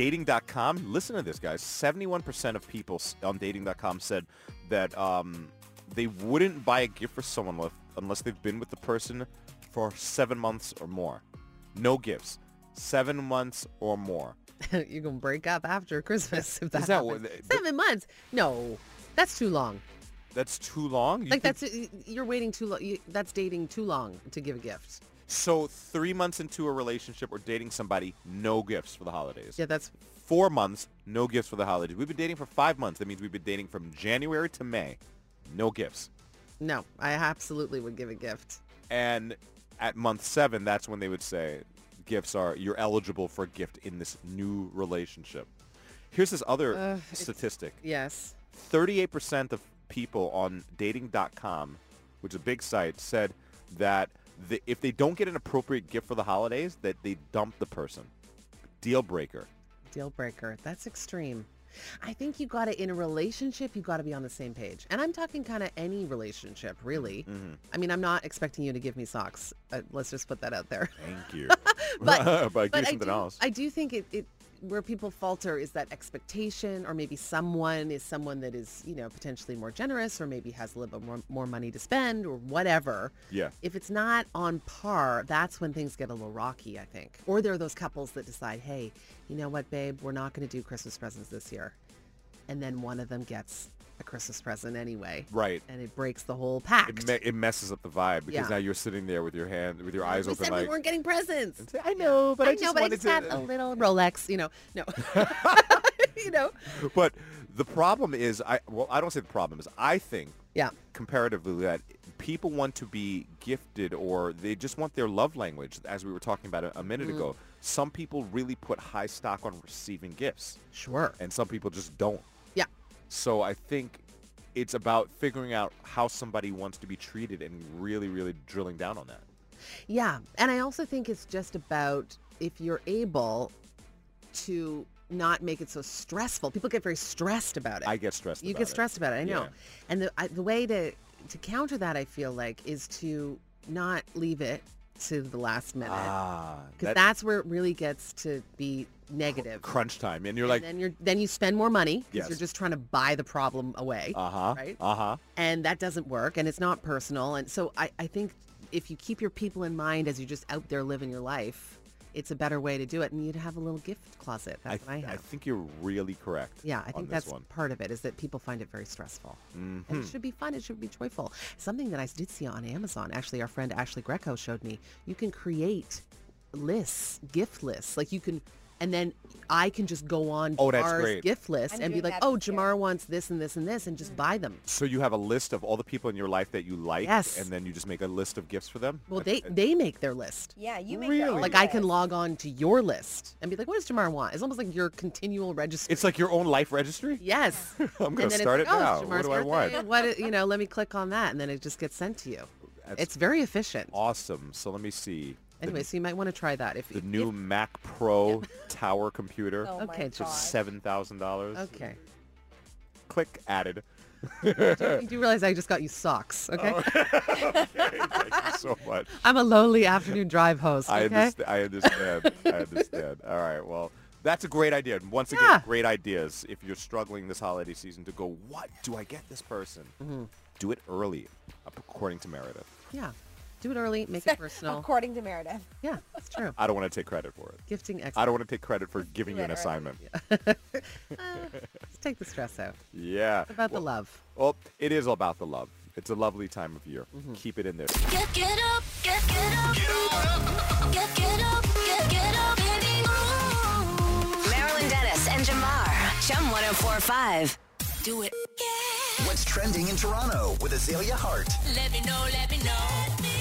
[SPEAKER 3] dating.com. Listen to this, guys. 71% of people s- on dating.com said that um, they wouldn't buy a gift for someone with, unless they've been with the person for seven months or more. No gifts. Seven months or more.
[SPEAKER 4] you're going to break up after Christmas if that,
[SPEAKER 3] that what-
[SPEAKER 4] happens.
[SPEAKER 3] but-
[SPEAKER 4] Seven months. No, that's too long.
[SPEAKER 3] That's too long. You
[SPEAKER 4] Like
[SPEAKER 3] think-
[SPEAKER 4] that's, you're waiting too long. That's dating too long to give a gift.
[SPEAKER 3] so three months into a relationship or dating somebody, no gifts for the holidays.
[SPEAKER 4] Yeah, that's
[SPEAKER 3] Four months, no gifts for the holidays. We've been dating for five months. That means we've been dating from January to May, no gifts.
[SPEAKER 4] No, I absolutely would give a gift.
[SPEAKER 3] And at month seven, that's when they would say gifts are you're eligible for a gift in this new relationship. Here's this other statistic.
[SPEAKER 4] Yes.
[SPEAKER 3] 38% of people on dating.com, which is a big site, said that the, if they don't get an appropriate gift for the holidays, that they dump the person. Deal breaker.
[SPEAKER 4] Deal breaker. That's extreme. I think you got to, in a relationship, you got to be on the same page. And I'm talking kind of any relationship, really. I mean, I'm not expecting you to give me socks. Uh, let's just put that out there. [LAUGHS]
[SPEAKER 3] Thank you. [LAUGHS]
[SPEAKER 4] But-
[SPEAKER 3] but give
[SPEAKER 4] I
[SPEAKER 3] something
[SPEAKER 4] do,
[SPEAKER 3] else.
[SPEAKER 4] I do think it, it, where people falter is that expectation, or maybe someone is someone that is, you know, potentially more generous, or maybe has a little bit more, more money to spend, or whatever.
[SPEAKER 3] yeah.
[SPEAKER 4] if it's not on par, that's when things get a little rocky, I think. Or there are those couples that decide, hey, you know what, babe, we're not going to do Christmas presents this year. And then one of them gets a Christmas present anyway.
[SPEAKER 3] Right.
[SPEAKER 4] And it breaks the whole pact.
[SPEAKER 3] It, me- it messes up the vibe because
[SPEAKER 4] Yeah.
[SPEAKER 3] now you're sitting there with your hand, with your eyes
[SPEAKER 4] we
[SPEAKER 3] open
[SPEAKER 4] said
[SPEAKER 3] like,
[SPEAKER 4] we weren't getting presents.
[SPEAKER 3] I know, but I,
[SPEAKER 4] I
[SPEAKER 3] just
[SPEAKER 4] know, but I
[SPEAKER 3] wanted
[SPEAKER 4] just had
[SPEAKER 3] to.
[SPEAKER 4] a little
[SPEAKER 3] [LAUGHS]
[SPEAKER 4] Rolex, you know. No. you know?
[SPEAKER 3] But the problem is, I well, I don't say the problem is. I think
[SPEAKER 4] Yeah.
[SPEAKER 3] comparatively that people want to be gifted or they just want their love language as we were talking about a, a minute
[SPEAKER 4] Mm-hmm.
[SPEAKER 3] ago some people really put high stock on receiving gifts
[SPEAKER 4] Sure.
[SPEAKER 3] and some people just don't
[SPEAKER 4] Yeah.
[SPEAKER 3] so i think it's about figuring out how somebody wants to be treated and really really drilling down on that
[SPEAKER 4] Yeah. And I also think it's just about if you're able to not make it so stressful. People get very stressed about it.
[SPEAKER 3] i get stressed
[SPEAKER 4] you
[SPEAKER 3] about
[SPEAKER 4] get
[SPEAKER 3] it.
[SPEAKER 4] stressed about it. I know.
[SPEAKER 3] Yeah.
[SPEAKER 4] And the I, the way to to counter that, I feel like, is to not leave it to the last minute
[SPEAKER 3] ah
[SPEAKER 4] because
[SPEAKER 3] that
[SPEAKER 4] that's where it really gets to be negative.
[SPEAKER 3] crunch time and you're like
[SPEAKER 4] and then you're then you spend more money because
[SPEAKER 3] Yes.
[SPEAKER 4] you're just trying to buy the problem away,
[SPEAKER 3] uh-huh
[SPEAKER 4] right?
[SPEAKER 3] uh-huh
[SPEAKER 4] and that doesn't work, and it's not personal. And so I I think if you keep your people in mind as you're just out there living your life, it's a better way to do it. And you'd have a little gift closet. That's what I have.
[SPEAKER 3] think you're really correct
[SPEAKER 4] Yeah, I
[SPEAKER 3] on
[SPEAKER 4] think
[SPEAKER 3] this
[SPEAKER 4] that's
[SPEAKER 3] one Mm-hmm.
[SPEAKER 4] part of it is that people find it very stressful. And it should be fun. It should be joyful. Something that I did see on Amazon, actually, our friend Ashley Greco showed me. You can create lists, gift lists. Like you can, and then I can just go on
[SPEAKER 3] Oh, that's
[SPEAKER 4] Jamar's
[SPEAKER 3] great.
[SPEAKER 4] gift list
[SPEAKER 6] I'm
[SPEAKER 4] and be
[SPEAKER 6] doing
[SPEAKER 4] like,
[SPEAKER 6] that
[SPEAKER 4] oh,
[SPEAKER 6] this year. Mm.
[SPEAKER 4] Jamar wants this and this and this, and just buy them.
[SPEAKER 3] So you have a list of all the people in your life that you like,
[SPEAKER 4] Yes.
[SPEAKER 3] and then you just make a list of gifts for them.
[SPEAKER 4] Well, they they make their list.
[SPEAKER 6] Yeah, you make your
[SPEAKER 3] Really?
[SPEAKER 6] own
[SPEAKER 4] Like I can
[SPEAKER 6] list.
[SPEAKER 4] log on to your list and be like, what does Jamar want? It's almost like your continual registry.
[SPEAKER 3] It's like your own life registry.
[SPEAKER 4] yes.
[SPEAKER 3] [LAUGHS] I'm gonna
[SPEAKER 4] And then it's
[SPEAKER 3] start
[SPEAKER 4] like,
[SPEAKER 3] it
[SPEAKER 4] oh,
[SPEAKER 3] now.
[SPEAKER 4] it's
[SPEAKER 3] What
[SPEAKER 4] Jamar's
[SPEAKER 3] do I
[SPEAKER 4] birthday.
[SPEAKER 3] want?
[SPEAKER 4] What you know? Let me click on that, and then it just gets sent to you.
[SPEAKER 3] That's
[SPEAKER 4] It's very efficient.
[SPEAKER 3] awesome. So let me see. The-
[SPEAKER 4] Anyway, so you might want to try that if
[SPEAKER 3] the, new Mac Pro tower
[SPEAKER 4] [LAUGHS]
[SPEAKER 3] computer.
[SPEAKER 6] Oh
[SPEAKER 4] my Okay.
[SPEAKER 3] for seven thousand dollars. [LAUGHS]
[SPEAKER 4] Okay.
[SPEAKER 3] Click
[SPEAKER 4] [LAUGHS]
[SPEAKER 3] added.
[SPEAKER 4] You do realize I just got you socks, okay?
[SPEAKER 3] Oh. Thank you so much.
[SPEAKER 4] I'm a lonely afternoon drive
[SPEAKER 3] [LAUGHS]
[SPEAKER 4] host,
[SPEAKER 3] I,
[SPEAKER 4] okay?
[SPEAKER 3] understand, I understand. I understand. All right. Well, that's a great idea. And once again,
[SPEAKER 4] Yeah.
[SPEAKER 3] great ideas. If you're struggling this holiday season to go, what do I get this person?
[SPEAKER 4] Mm-hmm.
[SPEAKER 3] Do it early, according to Meredith.
[SPEAKER 4] Yeah. Do it early,
[SPEAKER 3] [LAUGHS]
[SPEAKER 4] make it personal.
[SPEAKER 6] According to Meredith.
[SPEAKER 4] Yeah, it's true.
[SPEAKER 3] I don't want to take credit for it.
[SPEAKER 4] Gifting
[SPEAKER 3] I
[SPEAKER 4] extra.
[SPEAKER 3] don't want to take credit for giving you an
[SPEAKER 6] early.
[SPEAKER 3] assignment.
[SPEAKER 4] Let's take the stress out.
[SPEAKER 3] Yeah.
[SPEAKER 4] It's about
[SPEAKER 3] well,
[SPEAKER 4] the love. Mm-hmm.
[SPEAKER 3] well, it is all about the love. It's a lovely time of year. Keep it in there.
[SPEAKER 2] Get, get up, get, get up. Get, get up, get, get up.
[SPEAKER 1] Marilyn Dennis and Jamar. Chum 1045.
[SPEAKER 2] Do it.
[SPEAKER 5] What's trending in Toronto with Azalea Hart?
[SPEAKER 2] Let me know, let me know.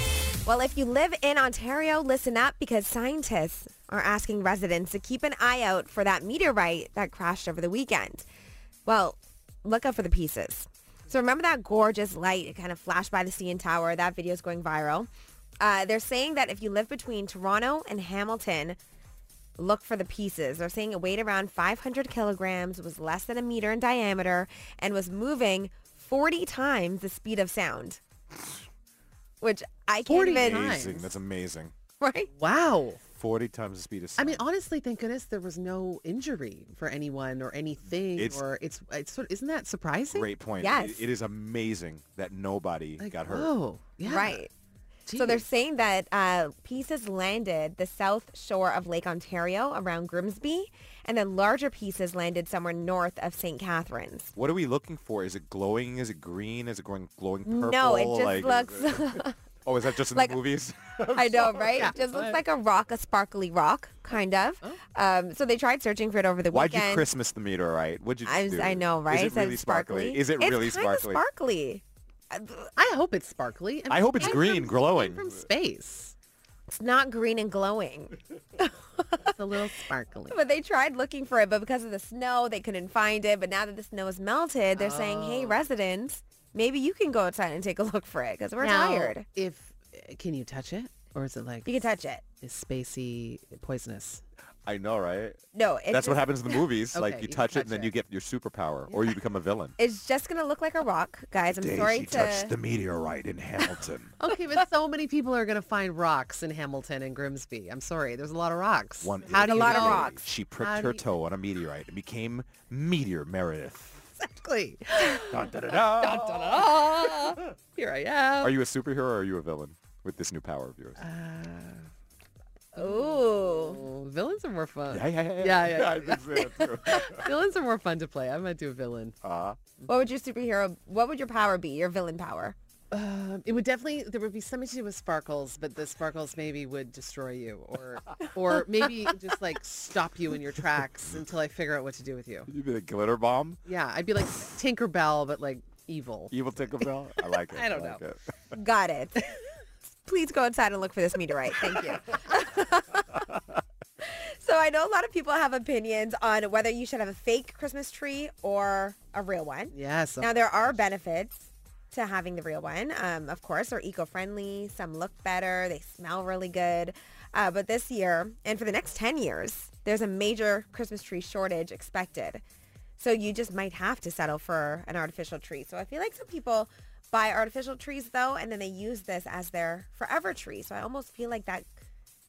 [SPEAKER 6] Well, if you live in Ontario, listen up because scientists are asking residents to keep an eye out for that meteorite that crashed over the weekend. Well, look out for the pieces. So remember that gorgeous light? It kind of flashed by the CN Tower. That video is going viral. Uh, they're saying that if you live between Toronto and Hamilton, look for the pieces. They're saying it weighed around 500 kilograms, was less than a meter in diameter, and was moving 40 times the speed of sound. Which I can't
[SPEAKER 4] 40
[SPEAKER 6] even
[SPEAKER 4] times.
[SPEAKER 3] Amazing. That's amazing.
[SPEAKER 6] [LAUGHS] right?
[SPEAKER 4] Wow.
[SPEAKER 3] 40 times the speed of
[SPEAKER 4] I
[SPEAKER 3] sound.
[SPEAKER 4] mean, honestly, thank goodness there was no injury for anyone or anything.
[SPEAKER 3] It's-
[SPEAKER 4] or it's it's sort isn't that surprising?
[SPEAKER 3] Great point.
[SPEAKER 6] Yes.
[SPEAKER 3] It- it is amazing that nobody
[SPEAKER 4] Like,
[SPEAKER 3] got hurt.
[SPEAKER 4] whoa. Yeah.
[SPEAKER 6] Right. So they're
[SPEAKER 4] Jeez.
[SPEAKER 6] saying that uh, pieces landed the south shore of Lake Ontario around Grimsby, and then larger pieces landed somewhere north of St. Catharines.
[SPEAKER 3] What are we looking for? Is it glowing? Is it green? Is it going glowing purple?
[SPEAKER 6] No, it just
[SPEAKER 3] Like, [LAUGHS]
[SPEAKER 6] looks,
[SPEAKER 3] Oh, is that just in
[SPEAKER 6] like-
[SPEAKER 3] the movies? [LAUGHS]
[SPEAKER 6] I know, right? It just looks like a rock, a sparkly rock, kind of. Um, so they tried searching for it over the
[SPEAKER 3] Oh. Why'd you
[SPEAKER 6] weekend.
[SPEAKER 3] Christmas the meteorite? What'd you
[SPEAKER 6] I,
[SPEAKER 3] do?
[SPEAKER 6] I know, right?
[SPEAKER 3] Is it
[SPEAKER 6] Said
[SPEAKER 3] really sparkly? Is it
[SPEAKER 6] It's
[SPEAKER 3] really
[SPEAKER 6] kinda
[SPEAKER 3] sparkly?
[SPEAKER 6] sparkly.
[SPEAKER 4] I hope it's sparkly.
[SPEAKER 3] I hope it's
[SPEAKER 4] came
[SPEAKER 3] green,
[SPEAKER 4] from-
[SPEAKER 3] glowing.
[SPEAKER 4] came From space.
[SPEAKER 6] It's not green
[SPEAKER 3] [LAUGHS]
[SPEAKER 6] and glowing.
[SPEAKER 4] It's a little sparkly.
[SPEAKER 6] But they tried looking for it, but because of the snow, they couldn't find it. But now that the snow is melted, they're saying,
[SPEAKER 3] Oh.
[SPEAKER 6] hey, residents, maybe you can go outside and take a [LAUGHS] look for it because [LAUGHS] we're
[SPEAKER 4] Now,
[SPEAKER 6] tired.
[SPEAKER 4] If eh, can you touch it, or is it like
[SPEAKER 6] You can touch it.
[SPEAKER 4] is spacey poisonous?
[SPEAKER 3] I know, right?
[SPEAKER 6] No, it's
[SPEAKER 3] That's what
[SPEAKER 6] just-
[SPEAKER 3] happens in the movies. like
[SPEAKER 4] Okay,
[SPEAKER 3] you,
[SPEAKER 4] you can
[SPEAKER 3] touch it
[SPEAKER 4] touch
[SPEAKER 3] and then
[SPEAKER 4] it.
[SPEAKER 3] you get your superpower or you become a villain.
[SPEAKER 6] It's just going to look like a rock, guys. I'm sorry to...
[SPEAKER 3] meteorite in Hamilton.
[SPEAKER 4] Okay, but so many people are gonna find rocks in Hamilton and Grimsby. I'm sorry, there's a lot of rocks. How do you
[SPEAKER 6] a lot of
[SPEAKER 4] know?
[SPEAKER 6] rocks.
[SPEAKER 3] She
[SPEAKER 4] How
[SPEAKER 3] pricked
[SPEAKER 4] do
[SPEAKER 3] her
[SPEAKER 4] you-
[SPEAKER 3] toe on a meteorite and became Meteor Meredith.
[SPEAKER 4] Exactly.
[SPEAKER 3] Dun, dun, dun, dun.
[SPEAKER 4] Here I am.
[SPEAKER 3] Are you a superhero or are you a villain with this new power of yours?
[SPEAKER 6] Ooh.
[SPEAKER 4] Oh, villains are more fun.
[SPEAKER 3] yeah, yeah, yeah.
[SPEAKER 4] yeah, yeah.
[SPEAKER 3] [LAUGHS] I think so,
[SPEAKER 4] [LAUGHS]
[SPEAKER 3] too.
[SPEAKER 4] Villains are more fun to play. I might do a villain.
[SPEAKER 6] What would your superhero... What would your power be? Your villain power?
[SPEAKER 4] Um, it would definitely there would be something to do with sparkles, but the sparkles maybe would destroy you, or
[SPEAKER 6] [LAUGHS]
[SPEAKER 4] or maybe just like stop you in your tracks until I figure out what to do with you.
[SPEAKER 3] You'd be the glitter bomb,
[SPEAKER 4] Yeah, I'd be like Tinkerbell, but like evil.
[SPEAKER 3] evil tickle bell. I like it.
[SPEAKER 4] [LAUGHS] I don't
[SPEAKER 3] like
[SPEAKER 4] know.
[SPEAKER 3] it.
[SPEAKER 6] Got it. Please go outside and look for this meteorite. Thank you. [LAUGHS] so I know a lot of people have opinions on whether you should have a fake Christmas tree or a real one.
[SPEAKER 4] Yes.
[SPEAKER 6] Now there are benefits to having the real one. Um, of course, they're eco-friendly. Some look better. They smell really good. Uh, but this year and for the next 10 years, there's a major Christmas tree shortage expected. So you just might have to settle for an artificial tree. So I feel like some people buy artificial trees though, and then they use this as their forever tree. So I almost feel like that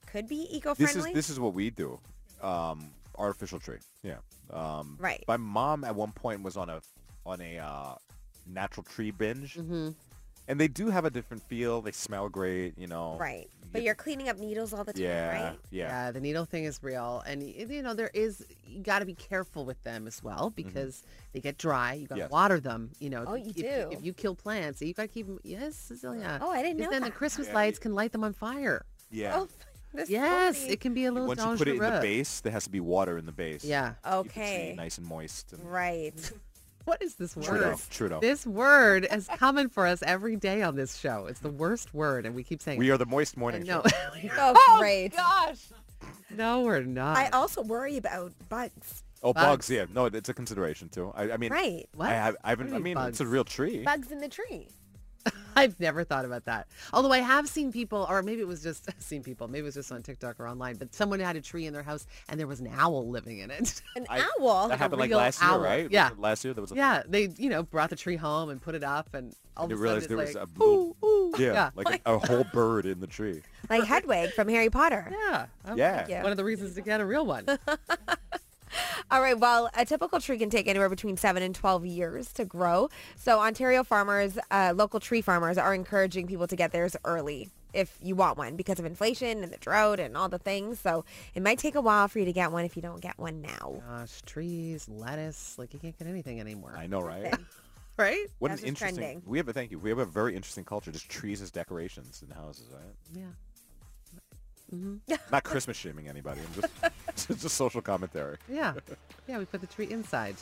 [SPEAKER 6] could be
[SPEAKER 3] This
[SPEAKER 6] eco-friendly.
[SPEAKER 3] is this is what we do. Um, artificial tree. Yeah. Um,
[SPEAKER 6] Right.
[SPEAKER 3] My mom at one point was on a on a uh, natural tree binge,
[SPEAKER 4] Mm-hmm.
[SPEAKER 3] and they do have a different feel. They smell great, you know.
[SPEAKER 6] right.
[SPEAKER 3] You
[SPEAKER 6] But
[SPEAKER 3] get-
[SPEAKER 6] you're cleaning up needles all the time,
[SPEAKER 3] yeah,
[SPEAKER 6] right?
[SPEAKER 3] yeah.
[SPEAKER 4] Yeah, the needle thing is real, and y- you know there is you got to be careful with them as well because they get dry. You got to
[SPEAKER 3] Mm-hmm. Yes.
[SPEAKER 4] water them. You know, if
[SPEAKER 6] Oh,
[SPEAKER 4] you,
[SPEAKER 6] you
[SPEAKER 4] if,
[SPEAKER 6] do.
[SPEAKER 4] If you kill plants, you got to keep them. Yes, Cecilia.
[SPEAKER 6] Oh, I didn't
[SPEAKER 4] 'Cause
[SPEAKER 6] know
[SPEAKER 4] Then the
[SPEAKER 6] that.
[SPEAKER 4] Christmas
[SPEAKER 3] Yeah,
[SPEAKER 4] lights
[SPEAKER 3] you-
[SPEAKER 4] can light them on fire.
[SPEAKER 3] yeah.
[SPEAKER 6] [LAUGHS] Oh, this is so
[SPEAKER 4] Yes,
[SPEAKER 6] neat.
[SPEAKER 4] it can be a little
[SPEAKER 3] Once you
[SPEAKER 4] dangerous.
[SPEAKER 3] put it in the base, there has to be water in the base.
[SPEAKER 4] Yeah.
[SPEAKER 3] Keep the tree
[SPEAKER 6] Okay.
[SPEAKER 3] nice and moist. And [LAUGHS]
[SPEAKER 6] Right.
[SPEAKER 4] What is this word?
[SPEAKER 3] Trudeau. Trudeau.
[SPEAKER 4] This word is coming for us every day on this show. It's the worst word, and we keep saying
[SPEAKER 3] We
[SPEAKER 4] it.
[SPEAKER 3] are the moist morning.
[SPEAKER 4] No,
[SPEAKER 3] show.
[SPEAKER 6] Oh, great.
[SPEAKER 4] [LAUGHS] no, we're not.
[SPEAKER 6] I uh, also worry about bugs.
[SPEAKER 3] Oh,
[SPEAKER 4] Bugs.
[SPEAKER 3] bugs. Yeah. No, it's a consideration too. I, I mean,
[SPEAKER 6] Right.
[SPEAKER 4] What?
[SPEAKER 3] I have. I,
[SPEAKER 4] What
[SPEAKER 3] haven't,
[SPEAKER 4] do
[SPEAKER 3] I
[SPEAKER 4] you mean
[SPEAKER 3] mean, it's a
[SPEAKER 4] bugs?
[SPEAKER 3] real tree.
[SPEAKER 6] Bugs in the tree.
[SPEAKER 4] I've never thought about that. Although I have seen people, or maybe it was just [LAUGHS] seen people, maybe it was just on TikTok or online, but someone had a tree in their house and there was an owl living in it. [LAUGHS]
[SPEAKER 6] An
[SPEAKER 3] I-
[SPEAKER 6] owl.
[SPEAKER 3] That happened like
[SPEAKER 4] real
[SPEAKER 3] last
[SPEAKER 4] owl.
[SPEAKER 3] year, right?
[SPEAKER 4] Yeah.
[SPEAKER 3] Last year, there was a
[SPEAKER 4] yeah, they, you know, brought the tree home and put it up and all
[SPEAKER 3] I
[SPEAKER 4] of a
[SPEAKER 3] didn't
[SPEAKER 4] sudden
[SPEAKER 3] realize
[SPEAKER 4] it's
[SPEAKER 3] there
[SPEAKER 4] like,
[SPEAKER 3] was a
[SPEAKER 4] ooh,
[SPEAKER 3] little-
[SPEAKER 4] ooh.
[SPEAKER 3] Yeah, like
[SPEAKER 4] [LAUGHS]
[SPEAKER 3] a, a whole bird in the tree.
[SPEAKER 6] like Hedwig from Harry Potter.
[SPEAKER 4] Oh, Yeah. I'm
[SPEAKER 3] Yeah.
[SPEAKER 4] like, One of the reasons to get a real one.
[SPEAKER 6] All right, well, a typical tree can take anywhere between 7 and 12 years to grow. So Ontario farmers, uh, local tree farmers are encouraging people to get theirs early if you want one because of inflation and the drought and all the things. So it might take a while for you to get one if you don't get one now.
[SPEAKER 4] Gosh, trees, lettuce, like you can't get anything anymore.
[SPEAKER 3] I know, right?
[SPEAKER 4] Right?
[SPEAKER 3] What
[SPEAKER 6] That's
[SPEAKER 3] an
[SPEAKER 6] what's
[SPEAKER 3] interesting.
[SPEAKER 6] trending.
[SPEAKER 3] We have a thank you. We have a very interesting culture. Just trees as decorations in houses, right?
[SPEAKER 4] Yeah.
[SPEAKER 3] Not Christmas shaming anybody. I'm
[SPEAKER 4] [LAUGHS]
[SPEAKER 3] just [LAUGHS] it's just social commentary.
[SPEAKER 4] Yeah. Yeah, we put the tree
[SPEAKER 3] [LAUGHS]
[SPEAKER 4] inside.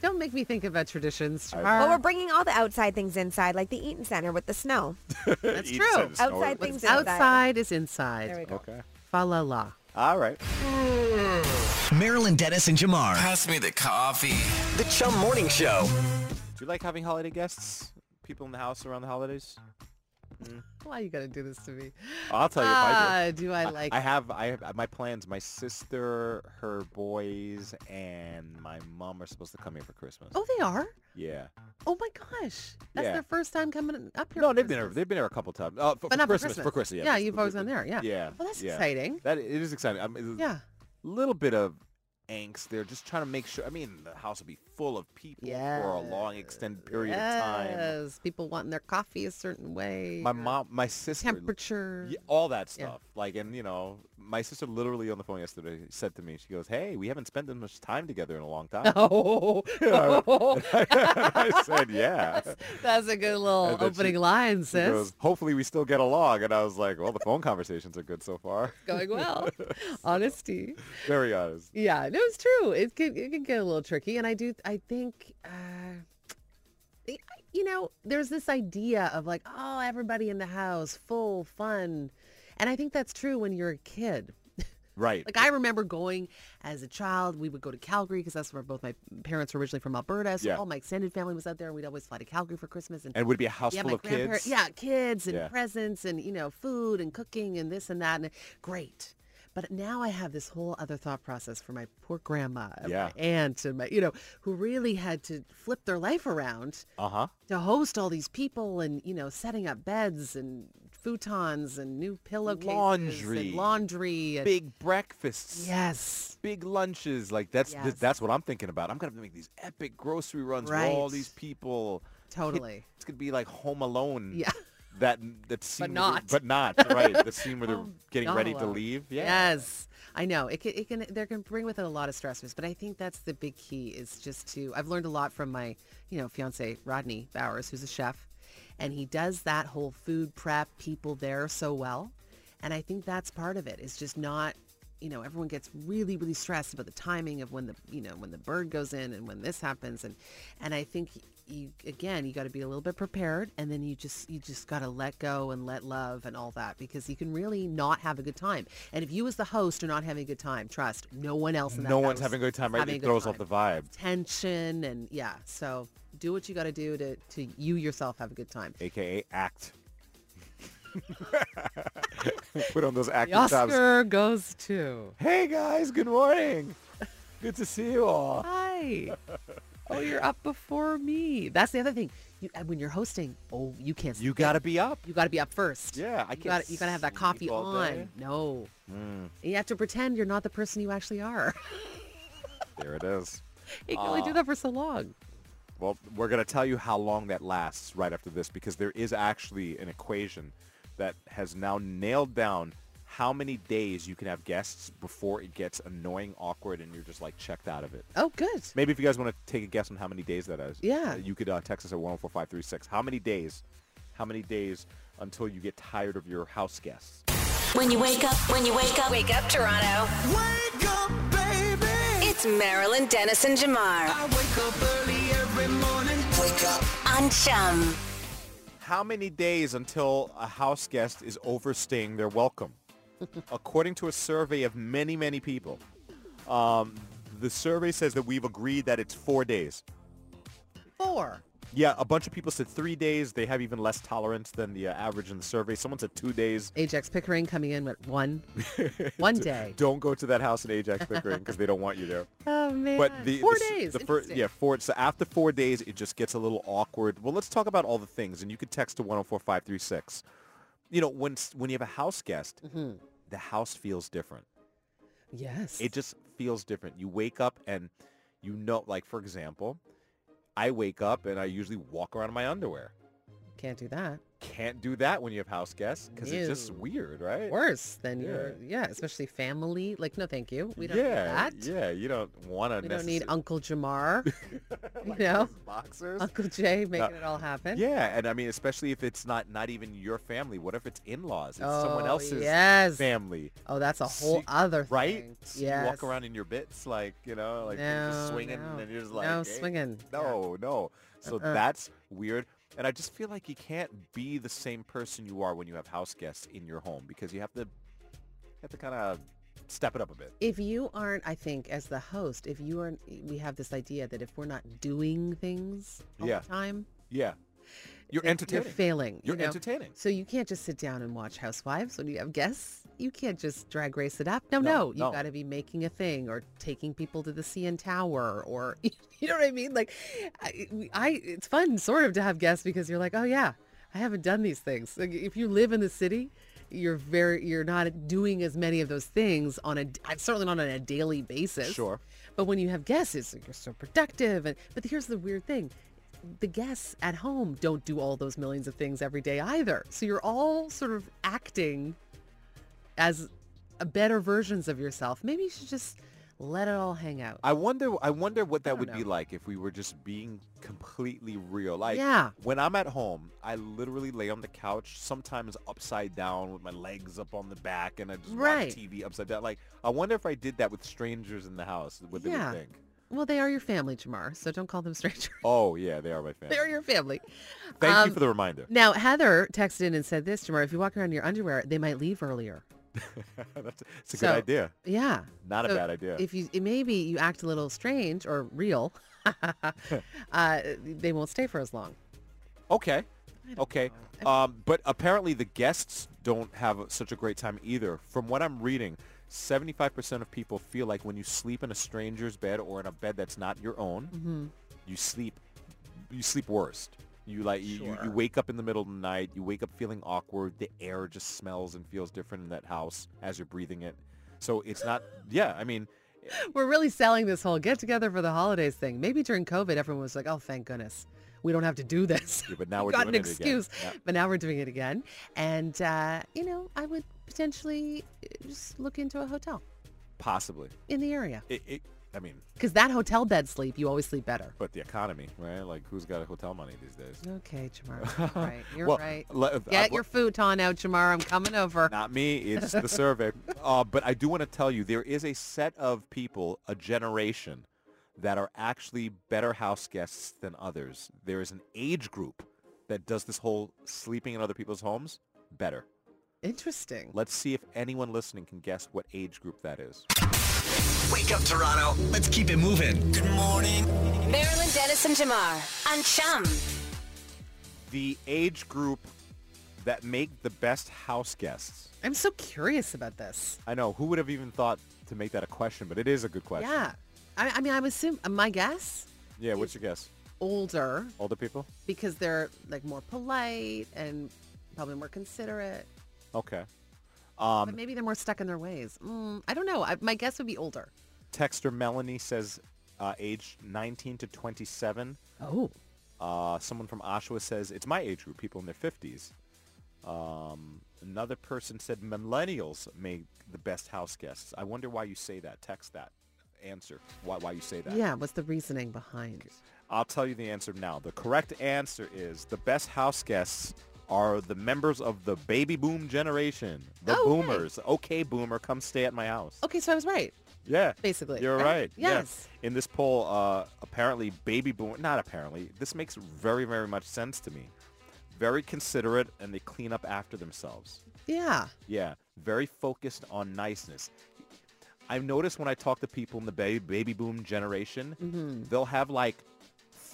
[SPEAKER 4] Don't make me think about traditions.
[SPEAKER 3] I-
[SPEAKER 4] Char.
[SPEAKER 6] Well, we're bringing all the outside things inside, like the Eaton Center with the snow.
[SPEAKER 3] [LAUGHS]
[SPEAKER 4] That's
[SPEAKER 3] Each
[SPEAKER 4] true.
[SPEAKER 3] side is snow-
[SPEAKER 6] Outside
[SPEAKER 3] with- [LAUGHS]
[SPEAKER 6] things inside.
[SPEAKER 4] Outside is inside.
[SPEAKER 6] There we go.
[SPEAKER 3] Okay.
[SPEAKER 4] Fa la la.
[SPEAKER 3] All right.
[SPEAKER 5] Marilyn Dennis and Jamar.
[SPEAKER 8] Pass me the coffee.
[SPEAKER 5] The Chum Morning Show.
[SPEAKER 3] Do you like having holiday guests? People in the house around the holidays?
[SPEAKER 4] Why you gotta do this to me?
[SPEAKER 3] I'll tell you if I do.
[SPEAKER 4] Ah, do I like?
[SPEAKER 3] I have I have uh, my plans. My sister, her boys, and my mom are supposed to come here for Christmas.
[SPEAKER 4] oh, they are.
[SPEAKER 3] Yeah.
[SPEAKER 4] Oh my gosh, that's
[SPEAKER 3] Yeah.
[SPEAKER 4] their first time coming up here.
[SPEAKER 3] No,
[SPEAKER 4] for
[SPEAKER 3] they've been here.
[SPEAKER 4] Christmas.
[SPEAKER 3] They've been here a couple times. Uh, for,
[SPEAKER 4] But
[SPEAKER 3] for
[SPEAKER 4] not for
[SPEAKER 3] Christmas,
[SPEAKER 4] Christmas.
[SPEAKER 3] For Christmas. Yeah.
[SPEAKER 4] Yeah,
[SPEAKER 3] just-
[SPEAKER 4] you've always gone there, yeah.
[SPEAKER 3] Yeah.
[SPEAKER 4] Well, that's
[SPEAKER 3] yeah.
[SPEAKER 4] exciting.
[SPEAKER 3] That it is exciting. I mean,
[SPEAKER 4] Yeah.
[SPEAKER 3] little bit of angst there, just trying to make sure. I mean, the house will be full of people for a long extended period of time.
[SPEAKER 4] Yes, people wanting their coffee a certain way.
[SPEAKER 3] My mom, my sister,
[SPEAKER 4] Temperature.
[SPEAKER 3] yeah, all that
[SPEAKER 4] Yeah.
[SPEAKER 3] stuff. Like, and you know, my sister literally on the phone yesterday said to me, she goes, "Hey, we haven't spent that much time together in a long time."
[SPEAKER 4] [LAUGHS] Oh,
[SPEAKER 3] I [LAUGHS] said, "Yeah."
[SPEAKER 4] [LAUGHS] that's a good little
[SPEAKER 3] And then she-
[SPEAKER 4] opening line,
[SPEAKER 3] She
[SPEAKER 4] sis.
[SPEAKER 3] goes, Hopefully, we still get along. And I was like, "Well, the phone conversations are good so far." [LAUGHS]
[SPEAKER 4] Going well. Honesty.
[SPEAKER 3] Very honest.
[SPEAKER 4] Yeah, no, it's true. It can it can get a little tricky, and I do I think uh, I- you know there's this idea of like oh everybody in the house full fun, and I think that's true when you're a kid. [LAUGHS]
[SPEAKER 3] Right.
[SPEAKER 4] Like I remember going as a child, we would go to Calgary because that's where both my parents were originally from Alberta, so
[SPEAKER 3] Yeah.
[SPEAKER 4] all my extended family was out there, and we'd always fly to Calgary for Christmas and.
[SPEAKER 3] and would it be a house
[SPEAKER 4] yeah,
[SPEAKER 3] full
[SPEAKER 4] my
[SPEAKER 3] of
[SPEAKER 4] grandparents.
[SPEAKER 3] kids.
[SPEAKER 4] Yeah, kids and
[SPEAKER 3] Yeah.
[SPEAKER 4] presents and you know food and cooking and this and that and great. But now I have this whole other thought process for my poor grandma and
[SPEAKER 3] Yeah.
[SPEAKER 4] my aunt and my you know who really had to flip their life around
[SPEAKER 3] Uh huh.
[SPEAKER 4] to host all these people and you know setting up beds and futons and new pillowcases
[SPEAKER 3] Laundry.
[SPEAKER 4] and laundry and
[SPEAKER 3] Big breakfasts.
[SPEAKER 4] yes
[SPEAKER 3] big lunches. Like that's th-
[SPEAKER 4] Yes.
[SPEAKER 3] that's what I'm thinking about. I'm gonna have to make these epic grocery runs for all
[SPEAKER 4] Right.
[SPEAKER 3] these people.
[SPEAKER 4] totally
[SPEAKER 3] It's gonna be like Home Alone.
[SPEAKER 4] Yeah.
[SPEAKER 3] [LAUGHS] That that scene, where they're-
[SPEAKER 4] not.
[SPEAKER 3] but not right. The scene
[SPEAKER 4] [LAUGHS]
[SPEAKER 3] where they're getting ready to
[SPEAKER 4] Dollar.
[SPEAKER 3] leave. Yeah.
[SPEAKER 4] Yes. I know. It can, it can there can bring with it a lot of stressors, but I think that's the big key is just to I've learned a lot from my, you know, fiance Rodney Bowers, who's a chef, and he does that whole food prep people there so well. And I think that's part of it is just not you know, everyone gets really, really stressed about the timing of when the, you know, when the bird goes in and when this happens, and, and I think you again, you got to be a little bit prepared, and then you just, you just got to let go and let love and all that because you can really not have a good time. And if you as the host are not having a good time, trust no one else in that
[SPEAKER 3] No one's
[SPEAKER 4] house
[SPEAKER 3] having a good time.
[SPEAKER 4] is
[SPEAKER 3] Right.
[SPEAKER 4] having a
[SPEAKER 3] It
[SPEAKER 4] good
[SPEAKER 3] throws off
[SPEAKER 4] time.
[SPEAKER 3] the vibe.
[SPEAKER 4] tension and yeah. So do what you got to do to to you yourself have a good time.
[SPEAKER 3] AKA act. [LAUGHS] Put on those acting jobs.
[SPEAKER 4] Oscar goes to
[SPEAKER 3] Hey guys, good morning. Good to see you all.
[SPEAKER 4] Hi. [LAUGHS] Oh, you're up before me. That's the other thing. You, and when you're hosting, oh, you can't.
[SPEAKER 3] You
[SPEAKER 4] skip.
[SPEAKER 3] gotta be up.
[SPEAKER 4] You got to be up first.
[SPEAKER 3] Yeah, I
[SPEAKER 4] You
[SPEAKER 3] can't
[SPEAKER 4] got. You got to have that
[SPEAKER 3] sleep
[SPEAKER 4] coffee
[SPEAKER 3] all
[SPEAKER 4] on.
[SPEAKER 3] day.
[SPEAKER 4] No. You have to pretend you're not the person you actually are. [LAUGHS]
[SPEAKER 3] There it is.
[SPEAKER 4] you can only do that for so long.
[SPEAKER 3] Well, we're going to tell you how long that lasts right after this because there is actually an equation that has now nailed down how many days you can have guests before it gets annoying, awkward, and you're just like checked out of it.
[SPEAKER 4] Oh, good.
[SPEAKER 3] Maybe if you guys want to take a guess on how many days that is,
[SPEAKER 4] Yeah.
[SPEAKER 3] uh, you could uh, text us at 104536. How many days? How many days until you get tired of your house guests?
[SPEAKER 2] When you wake up, when you wake up,
[SPEAKER 1] Wake up, Toronto.
[SPEAKER 5] Wake up, baby.
[SPEAKER 1] It's Marilyn Dennis and Jamar
[SPEAKER 5] I wake up early every morning. Wake up.
[SPEAKER 1] on Chum.
[SPEAKER 3] How many days until a house guest is overstaying their welcome? According to a survey of many, many people, um, the survey says that we've agreed that it's four days.
[SPEAKER 4] Four.
[SPEAKER 3] Yeah, a bunch of people said three days. They have even less tolerance than the uh, average in the survey. Someone said two days.
[SPEAKER 4] Ajax Pickering coming in with [LAUGHS] one, one day.
[SPEAKER 3] Don't go to that house in Ajax Pickering because they don't want you there.
[SPEAKER 4] Oh man,
[SPEAKER 3] But the
[SPEAKER 4] four
[SPEAKER 3] the s-
[SPEAKER 4] days.
[SPEAKER 3] The first,
[SPEAKER 4] Interesting.
[SPEAKER 3] yeah, four. So after four days, it just gets a little awkward. Well, let's talk about all the things, and you can text to one zero four five three six. You know, when s- when you have a house guest,
[SPEAKER 4] Mm-hmm.
[SPEAKER 3] the house feels different.
[SPEAKER 4] Yes.
[SPEAKER 3] It just feels different. You wake up and you know, like for example, I wake up and I usually walk around in my underwear.
[SPEAKER 4] Can't do that.
[SPEAKER 3] Can't do that when you have house guests because it's just
[SPEAKER 4] No.
[SPEAKER 3] weird, right?
[SPEAKER 4] Worse than
[SPEAKER 3] Yeah.
[SPEAKER 4] your yeah, especially family. Like no, thank you. We don't
[SPEAKER 3] yeah,
[SPEAKER 4] need that.
[SPEAKER 3] yeah. You don't want to.
[SPEAKER 4] We don't need Uncle
[SPEAKER 3] [LAUGHS]
[SPEAKER 4] Jamar, you know,
[SPEAKER 3] boxers.
[SPEAKER 4] Uncle Jay making it all happen.
[SPEAKER 3] Yeah, and I mean, especially if it's not not even your family. What if it's in-laws? It's someone
[SPEAKER 4] Oh,
[SPEAKER 3] else's
[SPEAKER 4] yes.
[SPEAKER 3] family,
[SPEAKER 4] Oh, that's a
[SPEAKER 3] See-
[SPEAKER 4] whole other thing.
[SPEAKER 3] right? So
[SPEAKER 4] Yeah.
[SPEAKER 3] You walk around in your bits, like you know, like you're just
[SPEAKER 4] No,
[SPEAKER 3] swinging,
[SPEAKER 4] no.
[SPEAKER 3] and you're just like,
[SPEAKER 4] No,
[SPEAKER 3] "Hey,
[SPEAKER 4] swinging. Yeah. Uh-uh.
[SPEAKER 3] No, no. So that's weird. And I just feel like you can't be the same person you are when you have house guests in your home because you have to, you have to kind of step it up a bit.
[SPEAKER 4] If you aren't, I think, as the host, if you aren't, we have this idea that if we're not doing things all
[SPEAKER 3] Yeah.
[SPEAKER 4] the time,
[SPEAKER 3] Yeah, you're
[SPEAKER 4] that
[SPEAKER 3] entertaining.
[SPEAKER 4] You're failing.
[SPEAKER 3] You're
[SPEAKER 4] you know?
[SPEAKER 3] entertaining.
[SPEAKER 4] So you can't just sit down and watch Housewives when you have guests. You can't just drag race it up. No,
[SPEAKER 3] No,
[SPEAKER 4] no.
[SPEAKER 3] no.
[SPEAKER 4] You've got to be making a thing or taking people to the CN Tower or, [LAUGHS] you know what I mean? Like, I, we- I it's fun sort of to have guests because you're like, oh yeah, I haven't done these things. Like, if you live in the city, you're very, you're not doing as many of those things on a, certainly not on a daily basis.
[SPEAKER 3] Sure.
[SPEAKER 4] But when you have guests, it's like you're so productive. And but here's the weird thing: the guests at home don't do all those millions of things every day either. So you're all sort of acting as a better versions of yourself. Maybe you should just let it all hang out.
[SPEAKER 3] I wonder. I wonder what that would be
[SPEAKER 4] know.
[SPEAKER 3] like if we were just being completely real. Like,
[SPEAKER 4] Yeah.
[SPEAKER 3] when I'm at home, I literally lay on the couch, sometimes upside down, with my legs up on the back, and I just
[SPEAKER 4] Right.
[SPEAKER 3] watch TV upside down. Like, I wonder if I did that with strangers in the house, what they
[SPEAKER 4] Yeah.
[SPEAKER 3] would think.
[SPEAKER 4] Well, they are your family, Jamar. So don't call them [LAUGHS] strangers.
[SPEAKER 3] Oh yeah, they are my family.
[SPEAKER 4] they are your family.
[SPEAKER 3] Thank
[SPEAKER 4] um,
[SPEAKER 3] you for the reminder. [LAUGHS]
[SPEAKER 4] Now Heather texted in and said this, Jamar. If you walk around in your underwear, they might leave earlier.
[SPEAKER 3] That's, it's a
[SPEAKER 4] So-
[SPEAKER 3] good idea.
[SPEAKER 4] Yeah.
[SPEAKER 3] Not a
[SPEAKER 4] So
[SPEAKER 3] bad idea.
[SPEAKER 4] If you maybe you act a little strange or real, [LAUGHS] uh, they won't stay for as long.
[SPEAKER 3] Okay. Okay. Um, but apparently the guests don't have such a great time either. From what I'm reading, 75% of people feel like when you sleep in a stranger's bed or in a bed that's not your own,
[SPEAKER 4] Mm-hmm.
[SPEAKER 3] you sleep you sleep worst. You like you, you, you
[SPEAKER 4] Sure.
[SPEAKER 3] wake up in the middle of the night, you wake up feeling awkward, the air just smells and feels different in that house as you're breathing it. So it's not yeah, I mean
[SPEAKER 4] We're really selling this whole get together for the holidays thing. Maybe during COVID, everyone was like, "Oh, thank goodness, we don't have to do this."
[SPEAKER 3] Yeah, but now
[SPEAKER 4] [LAUGHS] We
[SPEAKER 3] we're
[SPEAKER 4] got
[SPEAKER 3] doing
[SPEAKER 4] an
[SPEAKER 3] it again.
[SPEAKER 4] excuse,
[SPEAKER 3] Yeah.
[SPEAKER 4] but now we're doing it again. And uh, you know, I would potentially uh, just look into a hotel
[SPEAKER 3] possibly.
[SPEAKER 4] in the area
[SPEAKER 3] It, it I mean,
[SPEAKER 4] because that hotel bed sleep, you always sleep better.
[SPEAKER 3] but the economy, right? Like who's got hotel money these days?
[SPEAKER 4] Okay,
[SPEAKER 3] [LAUGHS]
[SPEAKER 4] Jamar, you're right, you're
[SPEAKER 3] Well, uh,
[SPEAKER 4] right.
[SPEAKER 3] le-
[SPEAKER 4] Get
[SPEAKER 3] I-
[SPEAKER 4] your futon out, Jamar. I'm coming over.
[SPEAKER 3] Not me. It's the survey. Uh, but I do want to tell you, there is a set of people, a generation, that are actually better house guests than others. There is an age group that does this whole sleeping in other people's homes better.
[SPEAKER 4] Interesting.
[SPEAKER 3] Let's see if anyone listening can guess what age group that is.
[SPEAKER 5] Wake up, Toronto. Let's keep it moving. Good morning.
[SPEAKER 1] Marilyn Dennis and Jamar on Chum.
[SPEAKER 3] The age group that make the best house guests.
[SPEAKER 4] I'm so curious about this.
[SPEAKER 3] I know. Who would have even thought to make that a question? But it is a good question.
[SPEAKER 4] Yeah. I, I mean, I would assume my guess
[SPEAKER 3] Yeah. What's your guess?
[SPEAKER 4] older
[SPEAKER 3] Older people?
[SPEAKER 4] because they're like more polite and probably more considerate,
[SPEAKER 3] Okay.
[SPEAKER 4] but
[SPEAKER 3] Um,
[SPEAKER 4] maybe they're more stuck in their ways. Mm, I don't know. I, my guess would be older.
[SPEAKER 3] Texter Melanie says uh, age 19 to 27.
[SPEAKER 4] Oh,
[SPEAKER 3] Uh, someone from Oshawa says it's my age group, people in their 50s. Um, another person said millennials make the best house guests. I wonder why you say that. Text that answer. Why, why you say that.
[SPEAKER 4] yeah. What's the reasoning behind?
[SPEAKER 3] I'll tell you the answer now. The correct answer is the best house guests are the members of the baby boom generation, the
[SPEAKER 4] Oh, right.
[SPEAKER 3] boomers. Okay, boomer, come stay at my house.
[SPEAKER 4] Okay, so I was right.
[SPEAKER 3] Yeah.
[SPEAKER 4] Basically,
[SPEAKER 3] You're
[SPEAKER 4] [LAUGHS]
[SPEAKER 3] right.
[SPEAKER 4] right?
[SPEAKER 3] Yeah.
[SPEAKER 4] Yes.
[SPEAKER 3] In this poll, uh, apparently baby boom, not apparently, this makes very, very much sense to me. Very considerate and they clean up after themselves.
[SPEAKER 4] Yeah.
[SPEAKER 3] Yeah. Very focused on niceness. I've noticed when I talk to people in the baby, baby boom generation, they'll have like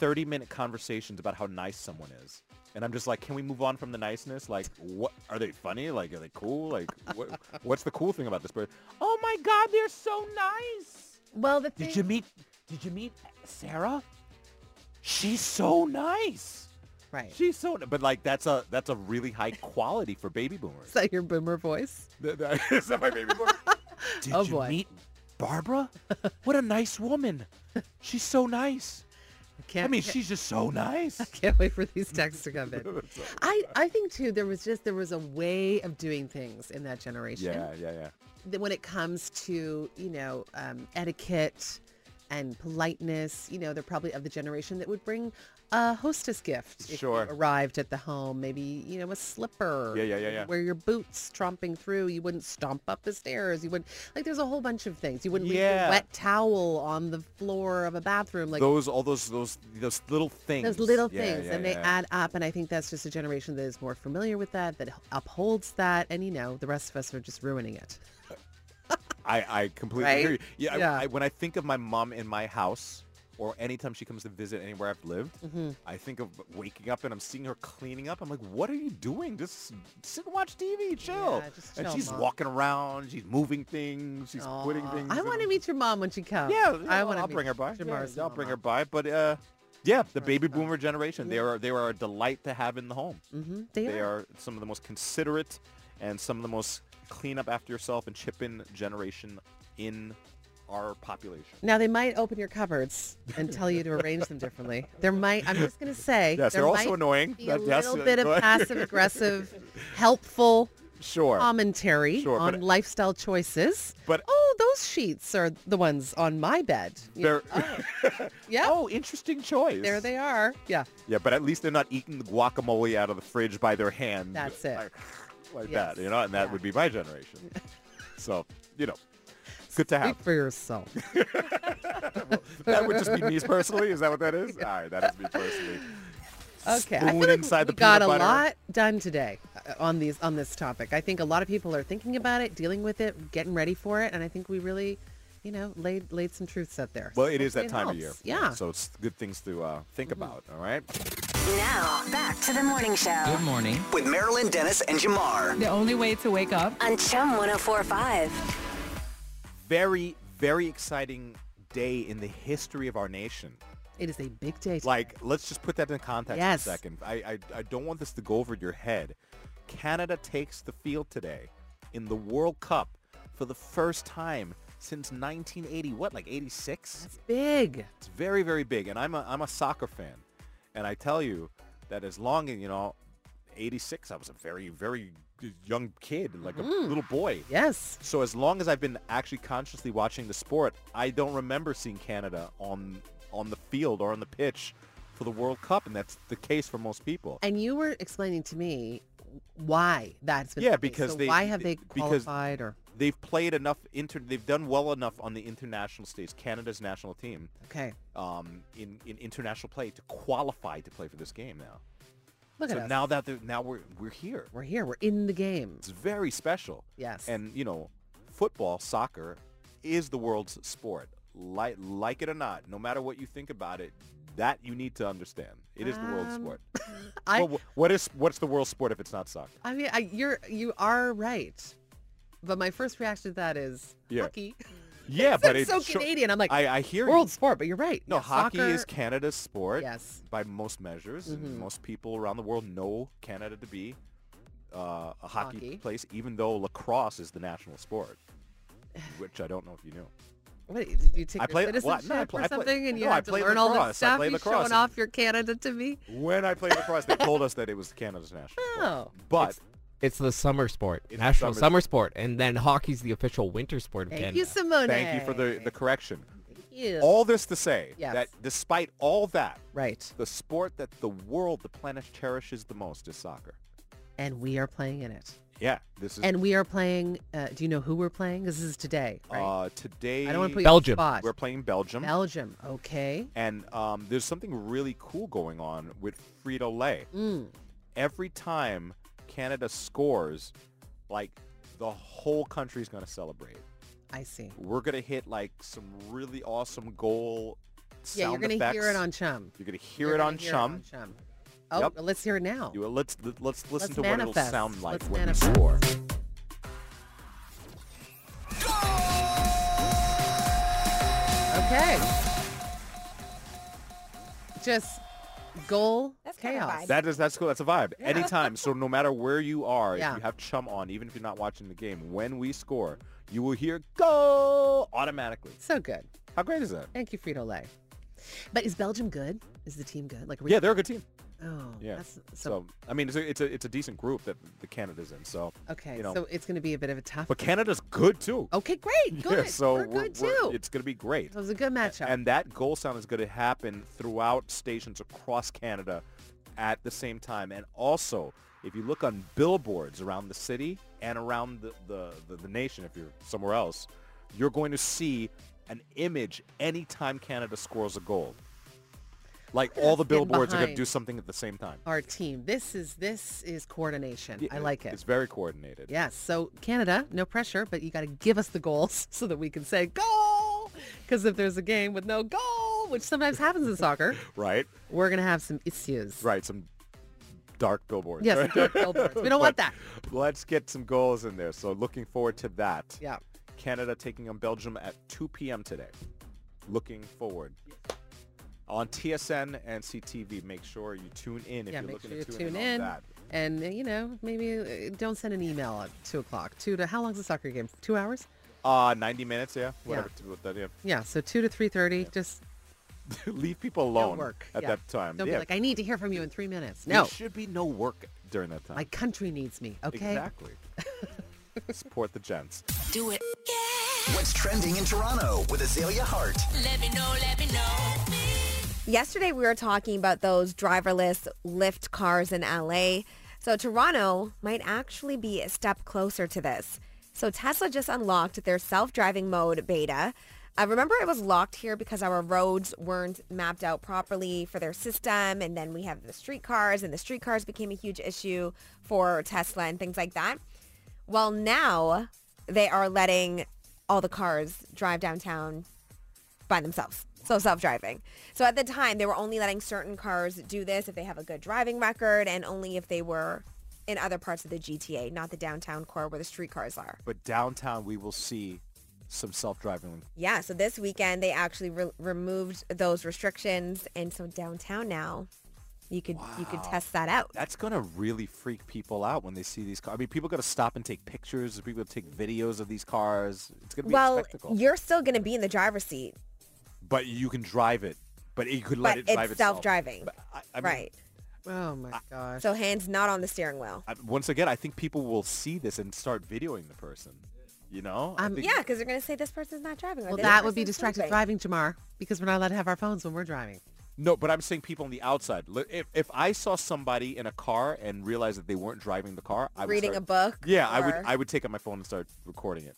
[SPEAKER 3] 30-minute conversations about how nice someone is. And I'm just like, can we move on from the niceness? Like, what are they funny? Like, are they cool? Like, what, what's the cool thing about this person? Oh my God, they're so nice.
[SPEAKER 8] Well, the thing
[SPEAKER 3] Did you meet? Did you meet Sarah? She's so nice.
[SPEAKER 4] Right.
[SPEAKER 3] She's so, but like that's a that's a really high quality for baby
[SPEAKER 4] Is
[SPEAKER 3] boomers.
[SPEAKER 4] that your boomer voice?
[SPEAKER 3] Th- th- Is that [LAUGHS] my baby
[SPEAKER 4] [LAUGHS]
[SPEAKER 3] boomer? Did
[SPEAKER 4] Oh,
[SPEAKER 3] you
[SPEAKER 4] boy.
[SPEAKER 3] meet Barbara? What a nice woman. She's so nice.
[SPEAKER 4] I can't.
[SPEAKER 3] I mean, she's just so
[SPEAKER 4] [LAUGHS]
[SPEAKER 3] nice.
[SPEAKER 4] Can't wait for these texts
[SPEAKER 3] [LAUGHS]
[SPEAKER 4] to come in. I, I think too there was just there was a way of doing things in that generation
[SPEAKER 3] Yeah, yeah, yeah.
[SPEAKER 4] that when it comes to you know um, etiquette and politeness you know they're probably of the generation that would bring a hostess gift if
[SPEAKER 3] Sure.
[SPEAKER 4] you arrived at the home maybe you know a slipper
[SPEAKER 3] Yeah, yeah, yeah, yeah.
[SPEAKER 4] wear your boots tromping through you wouldn't stomp up the stairs you wouldn't like there's a whole bunch of things you wouldn't leave
[SPEAKER 3] Yeah.
[SPEAKER 4] a wet towel on the floor of a bathroom like
[SPEAKER 3] those, all those, those, those little things.
[SPEAKER 4] those little
[SPEAKER 3] Yeah,
[SPEAKER 4] things
[SPEAKER 3] yeah,
[SPEAKER 4] and they
[SPEAKER 3] yeah.
[SPEAKER 4] add up and i think that's just a generation that is more familiar with that that upholds that and you know the rest of us are just ruining it
[SPEAKER 3] I, I completely
[SPEAKER 4] Right?
[SPEAKER 3] hear you. Yeah, I-
[SPEAKER 4] Yeah.
[SPEAKER 3] I, when I think of my mom in my house or anytime she comes to visit anywhere I've lived,
[SPEAKER 4] Mm-hmm.
[SPEAKER 3] I think of waking up and I'm seeing her cleaning up. I'm like, what are you doing? Just sit and watch TV, chill.
[SPEAKER 4] Yeah, just
[SPEAKER 3] and
[SPEAKER 4] chill,
[SPEAKER 3] she's
[SPEAKER 4] Mom.
[SPEAKER 3] walking around. She's moving things. She's putting
[SPEAKER 4] Aw.
[SPEAKER 3] things.
[SPEAKER 4] i want to
[SPEAKER 3] in-
[SPEAKER 4] meet your mom when she comes
[SPEAKER 3] Yeah,
[SPEAKER 4] i
[SPEAKER 3] I
[SPEAKER 4] want to
[SPEAKER 3] I'll bring her by. Yeah,
[SPEAKER 4] Jamar's
[SPEAKER 3] I'll bring her by.
[SPEAKER 4] mama.
[SPEAKER 3] But uh, yeah, the baby boomer generation, they are they are a delight to have in the home.
[SPEAKER 4] hmm they,
[SPEAKER 3] They
[SPEAKER 4] are.
[SPEAKER 3] are some of the most considerate and some of the most clean up after yourself and chip in generation in our population.
[SPEAKER 4] now they might open your cupboards and tell you to arrange them differently there might i'm just going to say
[SPEAKER 3] Yes,
[SPEAKER 4] there
[SPEAKER 3] they're also
[SPEAKER 4] might
[SPEAKER 3] annoying.
[SPEAKER 4] be a
[SPEAKER 3] That- that's-
[SPEAKER 4] little bit of
[SPEAKER 3] go ahead.
[SPEAKER 4] passive aggressive
[SPEAKER 3] [LAUGHS]
[SPEAKER 4] helpful
[SPEAKER 3] Sure.
[SPEAKER 4] commentary
[SPEAKER 3] Sure,
[SPEAKER 4] on
[SPEAKER 3] but-
[SPEAKER 4] lifestyle choices
[SPEAKER 3] But-
[SPEAKER 4] oh those sheets are the ones on my bed You-
[SPEAKER 3] They're- [LAUGHS]
[SPEAKER 4] yeah
[SPEAKER 3] oh, interesting choice.
[SPEAKER 4] there they are yeah
[SPEAKER 3] Yeah, but at least they're not eating the guacamole out of the fridge by their hand.
[SPEAKER 4] That's it.
[SPEAKER 3] Like, like
[SPEAKER 4] Yes.
[SPEAKER 3] that, you know, and that
[SPEAKER 4] Yeah.
[SPEAKER 3] would be my generation.
[SPEAKER 4] [LAUGHS]
[SPEAKER 3] so, you know, good to have.
[SPEAKER 4] Speak for yourself.
[SPEAKER 3] That would just be me personally. Is that what that
[SPEAKER 4] [LAUGHS]
[SPEAKER 3] is? All right, that is me personally.
[SPEAKER 4] Okay, I
[SPEAKER 3] Spoon
[SPEAKER 4] feel like
[SPEAKER 3] inside the
[SPEAKER 4] we got
[SPEAKER 3] peanut
[SPEAKER 4] a
[SPEAKER 3] butter.
[SPEAKER 4] lot done today uh, on these on this topic. I think a lot of people are thinking about it, dealing with it, getting ready for it, and I think we really, you know, laid laid some truths out there.
[SPEAKER 3] Well,
[SPEAKER 4] So
[SPEAKER 3] it is that
[SPEAKER 4] hopefully
[SPEAKER 3] time of year.
[SPEAKER 4] helps. Yeah. Mm-hmm.
[SPEAKER 3] So it's good things to uh, think about. All right.
[SPEAKER 1] Now, back to the morning show
[SPEAKER 5] With Marilyn Dennis and Jamar.
[SPEAKER 9] The only way to wake up.
[SPEAKER 1] on Chum 1045.
[SPEAKER 3] Very, very exciting day in the history of our nation.
[SPEAKER 4] it is a big day. today.
[SPEAKER 3] Like, let's just put that in context
[SPEAKER 4] Yes.
[SPEAKER 3] for a second. I, I, I don't want this to go over your head. Canada takes the field today in the World Cup for the first time since 1980. What, like 86?
[SPEAKER 4] it's big.
[SPEAKER 3] It's very, very big. And I'm a, I'm a soccer fan. And I tell you that as long as, you know, 86, I was a very, very young kid, like a little boy.
[SPEAKER 4] Yes.
[SPEAKER 3] So as long as I've been actually consciously watching the sport, I don't remember seeing Canada on on the field or on the pitch for the World Cup, and that's the case for most people.
[SPEAKER 4] And you were explaining to me why that's been.
[SPEAKER 3] Yeah,
[SPEAKER 4] the case.
[SPEAKER 3] because
[SPEAKER 4] So
[SPEAKER 3] they-
[SPEAKER 4] why have they
[SPEAKER 3] they- because-
[SPEAKER 4] qualified or
[SPEAKER 3] They've played enough inter they've done well enough on the international stage, Canada's national team,
[SPEAKER 4] okay?
[SPEAKER 3] um, in, in international play to qualify to play for this game now.
[SPEAKER 4] Look
[SPEAKER 3] so
[SPEAKER 4] at us.
[SPEAKER 3] now that they're, now we're we're here.
[SPEAKER 4] we're here. We're in the game.
[SPEAKER 3] It's very special.
[SPEAKER 4] Yes.
[SPEAKER 3] And you know, football, soccer is the world's sport. Like like it or not, no matter what you think about it, that you need to understand. It is the world's
[SPEAKER 4] Um,
[SPEAKER 3] sport.
[SPEAKER 4] I
[SPEAKER 3] Well, wh- what is what's the world's sport if it's not soccer?
[SPEAKER 4] I mean, I, you're you are right, but my first reaction to that is
[SPEAKER 3] Yeah.
[SPEAKER 4] hockey.
[SPEAKER 3] Yeah, but
[SPEAKER 4] It's
[SPEAKER 3] it's
[SPEAKER 4] so Canadian. I'm like,
[SPEAKER 3] I, I hear you.
[SPEAKER 4] [LAUGHS] world sport, but you're right.
[SPEAKER 3] No,
[SPEAKER 4] Yeah,
[SPEAKER 3] hockey
[SPEAKER 4] soccer-
[SPEAKER 3] is Canada's sport.
[SPEAKER 4] Yes.
[SPEAKER 3] By most measures,
[SPEAKER 4] Mm-hmm.
[SPEAKER 3] and most people around the world know Canada to be uh, a hockey,
[SPEAKER 4] Hockey.
[SPEAKER 3] place, even though lacrosse is the national
[SPEAKER 4] [SIGHS]
[SPEAKER 3] sport, which I don't know if you knew.
[SPEAKER 4] What, did you take
[SPEAKER 3] I
[SPEAKER 4] your
[SPEAKER 3] play- well, no, I
[SPEAKER 4] citizenship
[SPEAKER 3] play-
[SPEAKER 4] or
[SPEAKER 3] I play-
[SPEAKER 4] something, and you
[SPEAKER 3] no, I
[SPEAKER 4] have to
[SPEAKER 3] played
[SPEAKER 4] learn all this
[SPEAKER 3] lacrosse. I
[SPEAKER 4] stuff?
[SPEAKER 3] played
[SPEAKER 4] you
[SPEAKER 3] lacrosse
[SPEAKER 4] showing
[SPEAKER 3] and-
[SPEAKER 4] off your Canada to me?
[SPEAKER 3] When I played lacrosse, they told us that it was Canada's national
[SPEAKER 4] Oh.
[SPEAKER 3] sport. But
[SPEAKER 10] It's the summer sport,
[SPEAKER 3] It's the
[SPEAKER 10] national
[SPEAKER 3] summer
[SPEAKER 10] summer, sport, and then hockey's the official winter sport of
[SPEAKER 4] Thank
[SPEAKER 10] Canada.
[SPEAKER 4] you, Simone.
[SPEAKER 3] thank you for the, the correction.
[SPEAKER 4] Thank you.
[SPEAKER 3] All this to say
[SPEAKER 4] Yes.
[SPEAKER 3] that despite all that,
[SPEAKER 4] right,
[SPEAKER 3] the sport that the world, the planet cherishes the most is soccer.
[SPEAKER 4] and we are playing in it,
[SPEAKER 3] Yeah, this is
[SPEAKER 4] and we are playing. Uh, do you know who we're playing? This is today, right?
[SPEAKER 3] uh, today.
[SPEAKER 4] I don't want to put you
[SPEAKER 10] Belgium.
[SPEAKER 4] on the spot.
[SPEAKER 3] We're playing Belgium.
[SPEAKER 4] Belgium, okay.
[SPEAKER 3] And um, there's something really cool going on with Frito Lay.
[SPEAKER 4] Mm.
[SPEAKER 3] Every time Canada scores, like the whole country's gonna celebrate.
[SPEAKER 4] I see.
[SPEAKER 3] We're gonna hit like some really awesome goal
[SPEAKER 4] Yeah, you're
[SPEAKER 3] sound
[SPEAKER 4] gonna
[SPEAKER 3] effects.
[SPEAKER 4] hear it on Chum.
[SPEAKER 3] You're gonna hear
[SPEAKER 4] You're
[SPEAKER 3] it
[SPEAKER 4] gonna
[SPEAKER 3] on Chum.
[SPEAKER 4] Chum. Oh,
[SPEAKER 3] Yep.
[SPEAKER 4] well, let's hear it now.
[SPEAKER 3] You, uh, let's let's listen
[SPEAKER 4] Let's
[SPEAKER 3] to what it'll
[SPEAKER 4] manifest.
[SPEAKER 3] sound like
[SPEAKER 4] Let's
[SPEAKER 3] when
[SPEAKER 4] manifest.
[SPEAKER 3] we score.
[SPEAKER 4] Okay. Just goal
[SPEAKER 6] That's kinda
[SPEAKER 4] chaos.
[SPEAKER 3] That is that's cool. That's a vibe. Anytime. So no matter where you are,
[SPEAKER 4] Yeah.
[SPEAKER 3] if you have chum on, even if you're not watching the game, when we score, you will hear go automatically.
[SPEAKER 4] so good.
[SPEAKER 3] How great is that?
[SPEAKER 4] Thank you, Frito Lay. But is Belgium good? Is the team good? Like, are we-
[SPEAKER 3] Yeah, they're a good team.
[SPEAKER 4] Oh,
[SPEAKER 3] Yeah.
[SPEAKER 4] That's, so,
[SPEAKER 3] So I mean, it's a, it's a it's a decent group that the Canada's in. So
[SPEAKER 4] okay.
[SPEAKER 3] you know.
[SPEAKER 4] So it's going to be a bit of a tough.
[SPEAKER 3] but Canada's good too.
[SPEAKER 4] Okay, great. Good.
[SPEAKER 3] [LAUGHS] Yeah, so
[SPEAKER 4] we're
[SPEAKER 3] we're-
[SPEAKER 4] good
[SPEAKER 3] we're-
[SPEAKER 4] too.
[SPEAKER 3] It's gonna be great.
[SPEAKER 4] It was a good matchup.
[SPEAKER 3] And that goal sound is going to happen throughout stations across Canada at the same time. And also, if you look on billboards around the city and around the, the, the, the nation, if you're somewhere else, you're going to see an image anytime Canada scores a goal. Like all the
[SPEAKER 4] Let's get
[SPEAKER 3] billboards are going to
[SPEAKER 4] behind.
[SPEAKER 3] do something at the same time.
[SPEAKER 4] Our team. This is this is coordination. I like it.
[SPEAKER 3] It's very coordinated.
[SPEAKER 4] Yes. So Canada, no pressure, but you got to give us the goals [LAUGHS] so that we can say goal. Because if there's a game with no goal, which sometimes happens
[SPEAKER 3] [LAUGHS]
[SPEAKER 4] in soccer,
[SPEAKER 3] Right?
[SPEAKER 4] we're gonna have some issues.
[SPEAKER 3] Right. Some dark billboards. [LAUGHS]
[SPEAKER 4] Yes. dark billboards. We don't want that.
[SPEAKER 3] Let's get some goals in there. So looking forward to that.
[SPEAKER 4] Yeah.
[SPEAKER 3] Canada taking on Belgium at 2 p.m. today. Looking forward. On TSN and CTV, make sure you tune in if
[SPEAKER 4] yeah.
[SPEAKER 3] you're
[SPEAKER 4] Make
[SPEAKER 3] looking
[SPEAKER 4] sure you
[SPEAKER 3] to tune,
[SPEAKER 4] tune
[SPEAKER 3] in,
[SPEAKER 4] in.
[SPEAKER 3] on that.
[SPEAKER 4] And uh, you know, maybe uh, don't send an email at two o'clock. Two to how long's the soccer game? Two hours?
[SPEAKER 3] Uh, 90 minutes, yeah. Whatever. t- what that- yeah. [LAUGHS]
[SPEAKER 4] Yeah. So two to three thirty. Just
[SPEAKER 3] Leave people
[SPEAKER 4] no
[SPEAKER 3] alone
[SPEAKER 4] work
[SPEAKER 3] at
[SPEAKER 4] Yeah.
[SPEAKER 3] that time.
[SPEAKER 4] Don't
[SPEAKER 3] yeah.
[SPEAKER 4] be like, I need to hear from you in three minutes.
[SPEAKER 3] There
[SPEAKER 4] No,
[SPEAKER 3] should be no work during that time.
[SPEAKER 4] my country needs me. Okay.
[SPEAKER 3] Exactly.
[SPEAKER 4] [LAUGHS]
[SPEAKER 3] Support the gents.
[SPEAKER 2] Do it. Yeah.
[SPEAKER 5] What's trending in Toronto with Azalea Hart?
[SPEAKER 2] Let me know, let me know.
[SPEAKER 6] Yesterday, we were talking about those driverless Lyft cars in LA. So Toronto might actually be a step closer to this. So Tesla just unlocked their self-driving mode beta. Uh, remember, it was locked here because our roads weren't mapped out properly for their system. And then we have the streetcars, and the streetcars became a huge issue for Tesla and things like that. Well, now they are letting all the cars drive downtown by themselves. So self-driving. So at the time, they were only letting certain cars do this if they have a good driving record and only if they were in other parts of the GTA, not the downtown core where the street cars are.
[SPEAKER 3] But downtown, we will see some self-driving.
[SPEAKER 6] Yeah, so this weekend, they actually re- removed those restrictions. And so downtown now, you could you could test that out.
[SPEAKER 3] That's gonna really freak people out when they see these cars. I mean, people gotta stop and take pictures. People take videos of these cars. It's gonna be a
[SPEAKER 6] Well,
[SPEAKER 3] spectacle.
[SPEAKER 6] you're still going to be in the driver's seat,
[SPEAKER 3] but you can drive it. But you could let
[SPEAKER 6] but
[SPEAKER 3] it drive
[SPEAKER 6] it's
[SPEAKER 3] itself.
[SPEAKER 6] self-driving.
[SPEAKER 3] But I, I mean,
[SPEAKER 6] right.
[SPEAKER 4] Oh my gosh.
[SPEAKER 6] So hands not on the steering wheel.
[SPEAKER 3] I- once again, I think people will see this and start videoing the person. You know? I
[SPEAKER 4] Um,
[SPEAKER 3] think-
[SPEAKER 6] Yeah, because they're going to say this person's not driving. or
[SPEAKER 4] Well,
[SPEAKER 6] this
[SPEAKER 4] that would be
[SPEAKER 6] person's
[SPEAKER 4] distracted
[SPEAKER 6] moving.
[SPEAKER 4] driving, Jamar, because we're not allowed to have our phones when we're driving.
[SPEAKER 3] No, but I'm saying people on the outside. Li- If, if I saw somebody in a car and realized that they weren't driving the car, I would
[SPEAKER 6] Reading a
[SPEAKER 3] start-
[SPEAKER 6] book.
[SPEAKER 3] Yeah, I would.
[SPEAKER 6] or-
[SPEAKER 3] I would take out my phone and start recording it.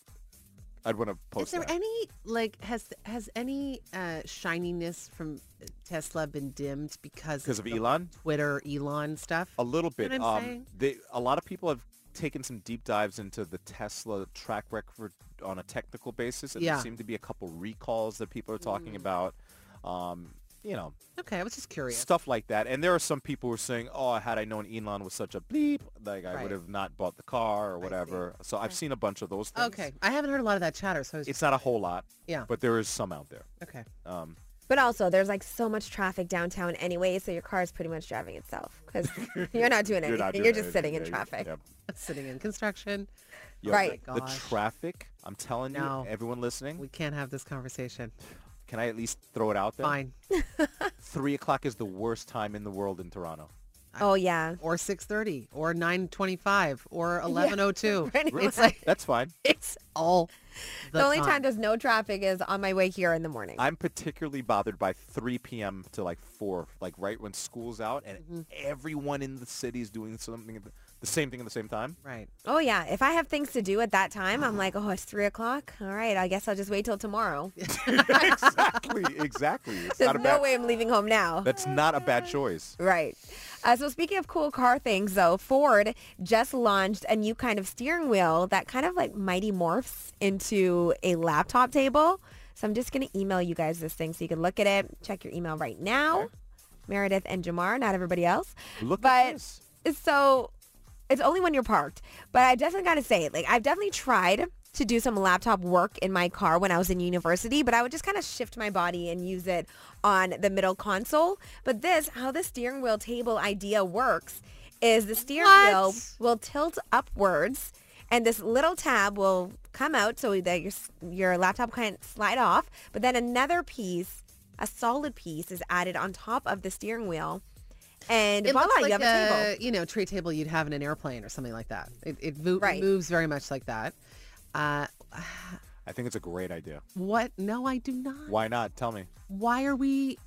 [SPEAKER 3] I'd want to post
[SPEAKER 4] Is there
[SPEAKER 3] that.
[SPEAKER 4] any like has has any uh, shininess from Tesla been dimmed because
[SPEAKER 3] because of
[SPEAKER 4] the
[SPEAKER 3] Elon.
[SPEAKER 4] Twitter Elon stuff?
[SPEAKER 3] A little bit.
[SPEAKER 4] what I'm
[SPEAKER 3] um,
[SPEAKER 4] saying?
[SPEAKER 3] they, a lot of people have taken some deep dives into the Tesla track record on a technical basis, and
[SPEAKER 4] Yeah. Mm.
[SPEAKER 3] there seem to be a couple recalls that people are talking about. Um, you know,
[SPEAKER 4] Okay, I was just curious.
[SPEAKER 3] stuff like that. And there are some people who are saying, "Oh, had I known Elon was such a bleep, like I
[SPEAKER 4] Right.
[SPEAKER 3] would have not bought the car or whatever." So I've seen a bunch of those things.
[SPEAKER 4] Okay, I haven't heard a lot of that chatter, so I was
[SPEAKER 3] It's not a whole lot,
[SPEAKER 4] Yeah.
[SPEAKER 3] but there is some out there.
[SPEAKER 4] okay.
[SPEAKER 3] Um,
[SPEAKER 6] But also, there's like so much traffic downtown anyway, so your car is pretty much driving itself
[SPEAKER 3] [LAUGHS]
[SPEAKER 6] because you're not doing anything. You're,
[SPEAKER 3] not doing
[SPEAKER 6] just
[SPEAKER 3] anything.
[SPEAKER 6] sitting in
[SPEAKER 3] Yeah, you-
[SPEAKER 6] traffic.
[SPEAKER 3] yep.
[SPEAKER 4] Sitting in construction,
[SPEAKER 3] Yo,
[SPEAKER 6] Right.
[SPEAKER 4] Oh my
[SPEAKER 3] The
[SPEAKER 4] gosh.
[SPEAKER 3] traffic. I'm telling
[SPEAKER 4] No.
[SPEAKER 3] you, everyone listening,
[SPEAKER 4] we can't have this conversation.
[SPEAKER 3] can I at least throw it out there?
[SPEAKER 4] Fine,
[SPEAKER 3] three o'clock is the worst time in the world in Toronto.
[SPEAKER 6] Oh yeah, [LAUGHS]
[SPEAKER 4] or six thirty, or nine twenty-five, [LAUGHS] or eleven oh two. [LAUGHS] It's like
[SPEAKER 3] That's fine.
[SPEAKER 4] it's all the,
[SPEAKER 6] the, only time there's no traffic is on my way here in the morning.
[SPEAKER 3] I'm particularly bothered by 3 p.m. to like 4, like right when school's out and
[SPEAKER 4] Mm-hmm.
[SPEAKER 3] everyone in the city is doing something, at the- the same thing at the same
[SPEAKER 4] [LAUGHS]
[SPEAKER 3] time.
[SPEAKER 4] right.
[SPEAKER 6] oh yeah, if I have things to do at that time, I'm like, oh, it's three o'clock. All right, I guess I'll just wait till [LAUGHS] tomorrow.
[SPEAKER 3] exactly, [LAUGHS] exactly. It's
[SPEAKER 6] There's
[SPEAKER 3] not
[SPEAKER 6] no
[SPEAKER 3] a bad,
[SPEAKER 6] way I'm leaving home now.
[SPEAKER 3] That's not a bad choice.
[SPEAKER 6] Right. Uh, so speaking of cool car things, though, Ford just launched a new kind of steering wheel that kind of like mighty morphs into a laptop table. So I'm just going to email you guys this thing so you can look at it. Check your email right now. Meredith and Jamar, not everybody else.
[SPEAKER 3] Look
[SPEAKER 6] but
[SPEAKER 3] at this.
[SPEAKER 6] so it's only when you're parked. But I definitely got to say it. Like I've definitely tried to do some laptop work in my car when I was in university, but I would just kind of shift my body and use it on the middle console. But this, how the steering wheel table idea works is the steering wheel will tilt upwards and this little tab will come out so that your, s- your laptop can't slide off. But then another piece, a solid piece is added on top of the steering wheel. And
[SPEAKER 4] It
[SPEAKER 6] voila,
[SPEAKER 4] looks like
[SPEAKER 6] you have a table.
[SPEAKER 4] you know, tray table you'd have in an airplane or something like that. It, it vo-
[SPEAKER 6] Right.
[SPEAKER 4] moves very much like that. Uh,
[SPEAKER 3] I think it's a great idea.
[SPEAKER 4] what? No, I do not.
[SPEAKER 3] Why not? Tell me.
[SPEAKER 4] Why are we?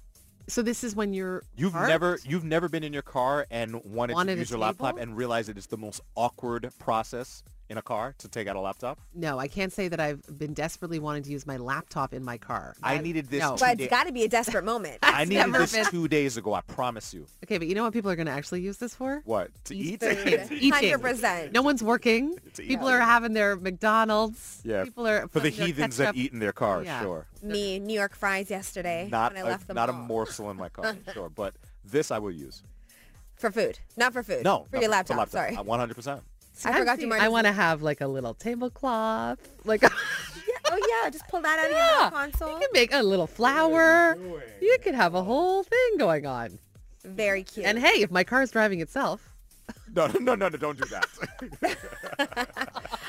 [SPEAKER 4] So this is when you're
[SPEAKER 3] You've
[SPEAKER 4] parked?
[SPEAKER 3] never you've never been in your car and wanted,
[SPEAKER 4] Wanted
[SPEAKER 3] to
[SPEAKER 4] a
[SPEAKER 3] use your laptop
[SPEAKER 4] table?
[SPEAKER 3] and realize it is the most awkward process in a car to take out a laptop.
[SPEAKER 4] No, I can't say that I've been desperately wanting to use my laptop in my car.
[SPEAKER 3] I needed this
[SPEAKER 4] no.
[SPEAKER 3] two
[SPEAKER 6] But
[SPEAKER 3] days.
[SPEAKER 6] it's got to be a desperate moment.
[SPEAKER 3] I needed
[SPEAKER 4] never
[SPEAKER 3] this
[SPEAKER 4] been-
[SPEAKER 3] two days ago. I promise you.
[SPEAKER 4] Okay, but you know what people are going to actually use this for?
[SPEAKER 3] What to eat?
[SPEAKER 4] Eating.
[SPEAKER 6] 100%.
[SPEAKER 4] No one's working.
[SPEAKER 3] eat.
[SPEAKER 4] People are having their McDonald's.
[SPEAKER 3] [LAUGHS] yeah.
[SPEAKER 4] People are
[SPEAKER 3] for the
[SPEAKER 4] putting their
[SPEAKER 3] heathens that
[SPEAKER 4] ketchup-
[SPEAKER 3] eat in their car.
[SPEAKER 4] Yeah.
[SPEAKER 3] Sure.
[SPEAKER 6] Me, New York fries yesterday
[SPEAKER 3] Not
[SPEAKER 6] when I
[SPEAKER 3] a,
[SPEAKER 6] left the
[SPEAKER 3] not a
[SPEAKER 6] mall.
[SPEAKER 3] morsel in my
[SPEAKER 4] [LAUGHS]
[SPEAKER 3] car. sure, but this I will use.
[SPEAKER 6] For food. Not for food.
[SPEAKER 3] No,
[SPEAKER 6] For
[SPEAKER 3] not Oh.
[SPEAKER 6] your laptop. Sorry.
[SPEAKER 3] One hundred percent.
[SPEAKER 6] I
[SPEAKER 4] I'm
[SPEAKER 6] forgot to
[SPEAKER 4] seeing-
[SPEAKER 6] mark
[SPEAKER 4] I
[SPEAKER 6] this-
[SPEAKER 4] want to have like a little tablecloth.
[SPEAKER 6] [LAUGHS]
[SPEAKER 4] Like you
[SPEAKER 6] oh, yeah. Just pull that out
[SPEAKER 4] Yeah.
[SPEAKER 6] of your console.
[SPEAKER 4] can make a little flower. You could have a whole thing going on.
[SPEAKER 6] Very cute.
[SPEAKER 4] And hey, if my car is driving itself,
[SPEAKER 3] No, [LAUGHS] no, no, no! Don't do
[SPEAKER 4] [LAUGHS]
[SPEAKER 3] that.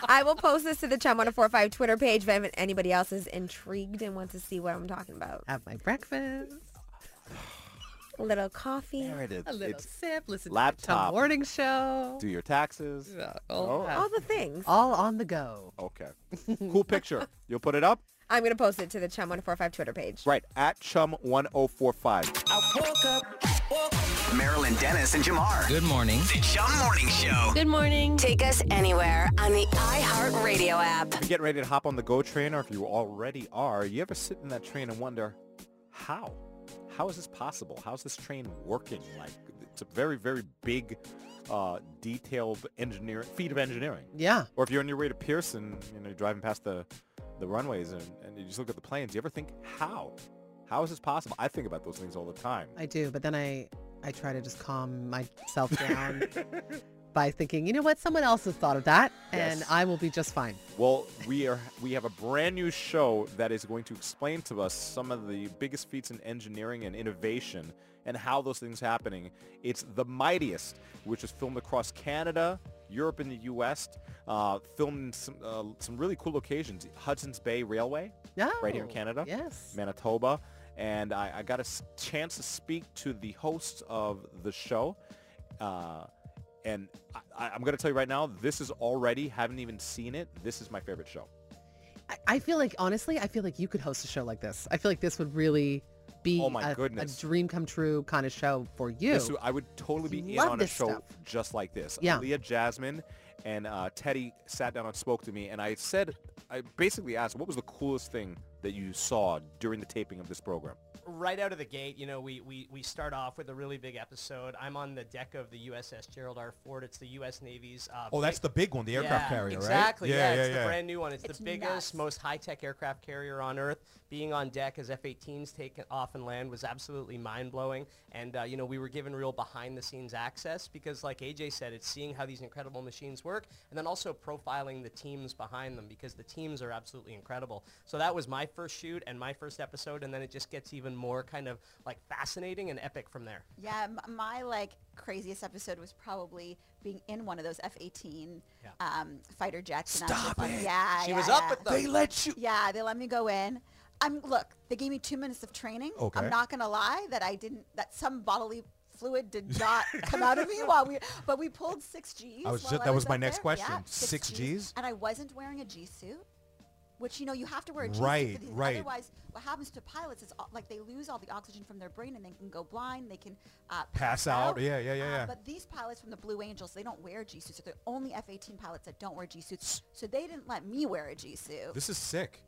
[SPEAKER 6] I will post this to the Chum 1045 Twitter page if anyone- anybody else is intrigued and wants to see what I'm talking about.
[SPEAKER 4] have my breakfast,
[SPEAKER 6] A little coffee.
[SPEAKER 3] there it is.
[SPEAKER 4] a little
[SPEAKER 3] It's-
[SPEAKER 4] sip, listen to the Chum
[SPEAKER 3] laptop.
[SPEAKER 4] morning show.
[SPEAKER 3] do your taxes.
[SPEAKER 4] Yeah,
[SPEAKER 3] Oh.
[SPEAKER 4] all, that.
[SPEAKER 6] All the things.
[SPEAKER 4] All on the go.
[SPEAKER 3] Okay. Cool
[SPEAKER 4] [LAUGHS]
[SPEAKER 3] picture. You'll put it up?
[SPEAKER 6] I'm going to post it to the Chum 1045 Twitter page.
[SPEAKER 3] Right. At Chum1045.
[SPEAKER 5] Marilyn Dennis and Jamar.
[SPEAKER 8] Good morning.
[SPEAKER 5] The Chum Morning Show.
[SPEAKER 2] Good morning.
[SPEAKER 1] Take us anywhere on the iHeartRadio app.
[SPEAKER 3] If you're getting ready to hop on the GO train, or if you already are, you ever sit in that train and wonder, how? How is this possible? How's this train working? Like, it's a very, very big, uh, detailed engineer feat of engineering.
[SPEAKER 4] Yeah.
[SPEAKER 3] Or if you're on your way to Pearson, you know, you're driving past the, the runways and, and you just look at the planes, you ever think, how? How is this possible? I think about those things all the time.
[SPEAKER 4] I do, but then I I try to just calm myself
[SPEAKER 3] [LAUGHS]
[SPEAKER 4] down by thinking, you know what, someone else has thought of that, and
[SPEAKER 3] Yes.
[SPEAKER 4] I will be just fine.
[SPEAKER 3] Well, we are we have a brand new show that is going to explain to us some of the biggest feats in engineering and innovation and how those things happening. It's The Mightiest, which is filmed across Canada, Europe, and the U.S. Uh, filmed in some uh, some really cool locations: Hudson's Bay Railway,
[SPEAKER 4] No.
[SPEAKER 3] right here in Canada,
[SPEAKER 4] Yes.
[SPEAKER 3] Manitoba, and I, I got a s- chance to speak to the hosts of the show. Uh, and I- I, I'm going to tell you right now, this is already, haven't even seen it. This is my favorite show.
[SPEAKER 4] I, I feel like honestly, I feel like you could host a show like this. I feel like this would really be
[SPEAKER 3] Oh my
[SPEAKER 4] a, a
[SPEAKER 3] goodness.
[SPEAKER 4] dream come true kind of show for you.
[SPEAKER 3] This- I would totally be in
[SPEAKER 4] Love
[SPEAKER 3] on a
[SPEAKER 4] this
[SPEAKER 3] show
[SPEAKER 4] stuff.
[SPEAKER 3] just like this.
[SPEAKER 4] Yeah.
[SPEAKER 3] Leah Jasmine and uh, Teddy sat down and spoke to me, and I said, I basically asked, what was the coolest thing that you saw during the taping of this program?
[SPEAKER 9] right out of the gate, you know, we, we, we start off with a really big episode. I'm on the deck of the USS Gerald R. Ford. It's the U.S. Navy's. Uh,
[SPEAKER 11] Oh, that's the big one, the aircraft
[SPEAKER 9] yeah,
[SPEAKER 11] carrier, right?
[SPEAKER 9] exactly. Yeah, it's
[SPEAKER 11] yeah.
[SPEAKER 9] the brand new one. It's,
[SPEAKER 6] It's
[SPEAKER 9] the biggest,
[SPEAKER 6] nuts.
[SPEAKER 9] most high-tech aircraft carrier on Earth. Being on deck as F-18s take off and land was absolutely mind-blowing. And, uh, you know, we were given real behind-the-scenes access because, like AJ said, it's seeing how these incredible machines work and then also profiling the teams behind them because the teams are absolutely incredible. So that was my first shoot and my first episode. And then it just gets even more kind of like fascinating and epic from there.
[SPEAKER 12] Yeah, m- my like craziest episode was probably being in one of those F-18 um, fighter jets. and I was
[SPEAKER 11] Stop
[SPEAKER 12] just like,
[SPEAKER 11] it.
[SPEAKER 12] Yeah,
[SPEAKER 9] She
[SPEAKER 12] yeah,
[SPEAKER 9] was up
[SPEAKER 12] yeah.
[SPEAKER 9] with them.
[SPEAKER 11] They let you.
[SPEAKER 12] Yeah, they let me go in. I'm look. They gave me two minutes of training.
[SPEAKER 11] Okay.
[SPEAKER 12] I'm not gonna lie that I didn't. That some bodily fluid
[SPEAKER 11] [LAUGHS]
[SPEAKER 12] did not come out of me while we. But we pulled six Gs.
[SPEAKER 11] I was
[SPEAKER 12] while
[SPEAKER 11] ju-
[SPEAKER 12] I
[SPEAKER 11] that was
[SPEAKER 12] up
[SPEAKER 11] my next
[SPEAKER 12] there.
[SPEAKER 11] question.
[SPEAKER 12] Yeah,
[SPEAKER 11] Six Gs?
[SPEAKER 12] And I wasn't wearing a G suit, which you know you have to wear a G suit.
[SPEAKER 11] Right,
[SPEAKER 12] for these-
[SPEAKER 11] right.
[SPEAKER 12] Otherwise, what happens to pilots is all, like they lose all the oxygen from their brain and they can go blind. They can uh,
[SPEAKER 11] Pass out. Yeah, yeah, yeah,
[SPEAKER 12] Uh,
[SPEAKER 11] yeah.
[SPEAKER 12] But these pilots from the Blue Angels, they don't wear G suits. They're the only F-18 pilots that don't wear G suits. So they didn't let me wear a G suit.
[SPEAKER 11] This is sick.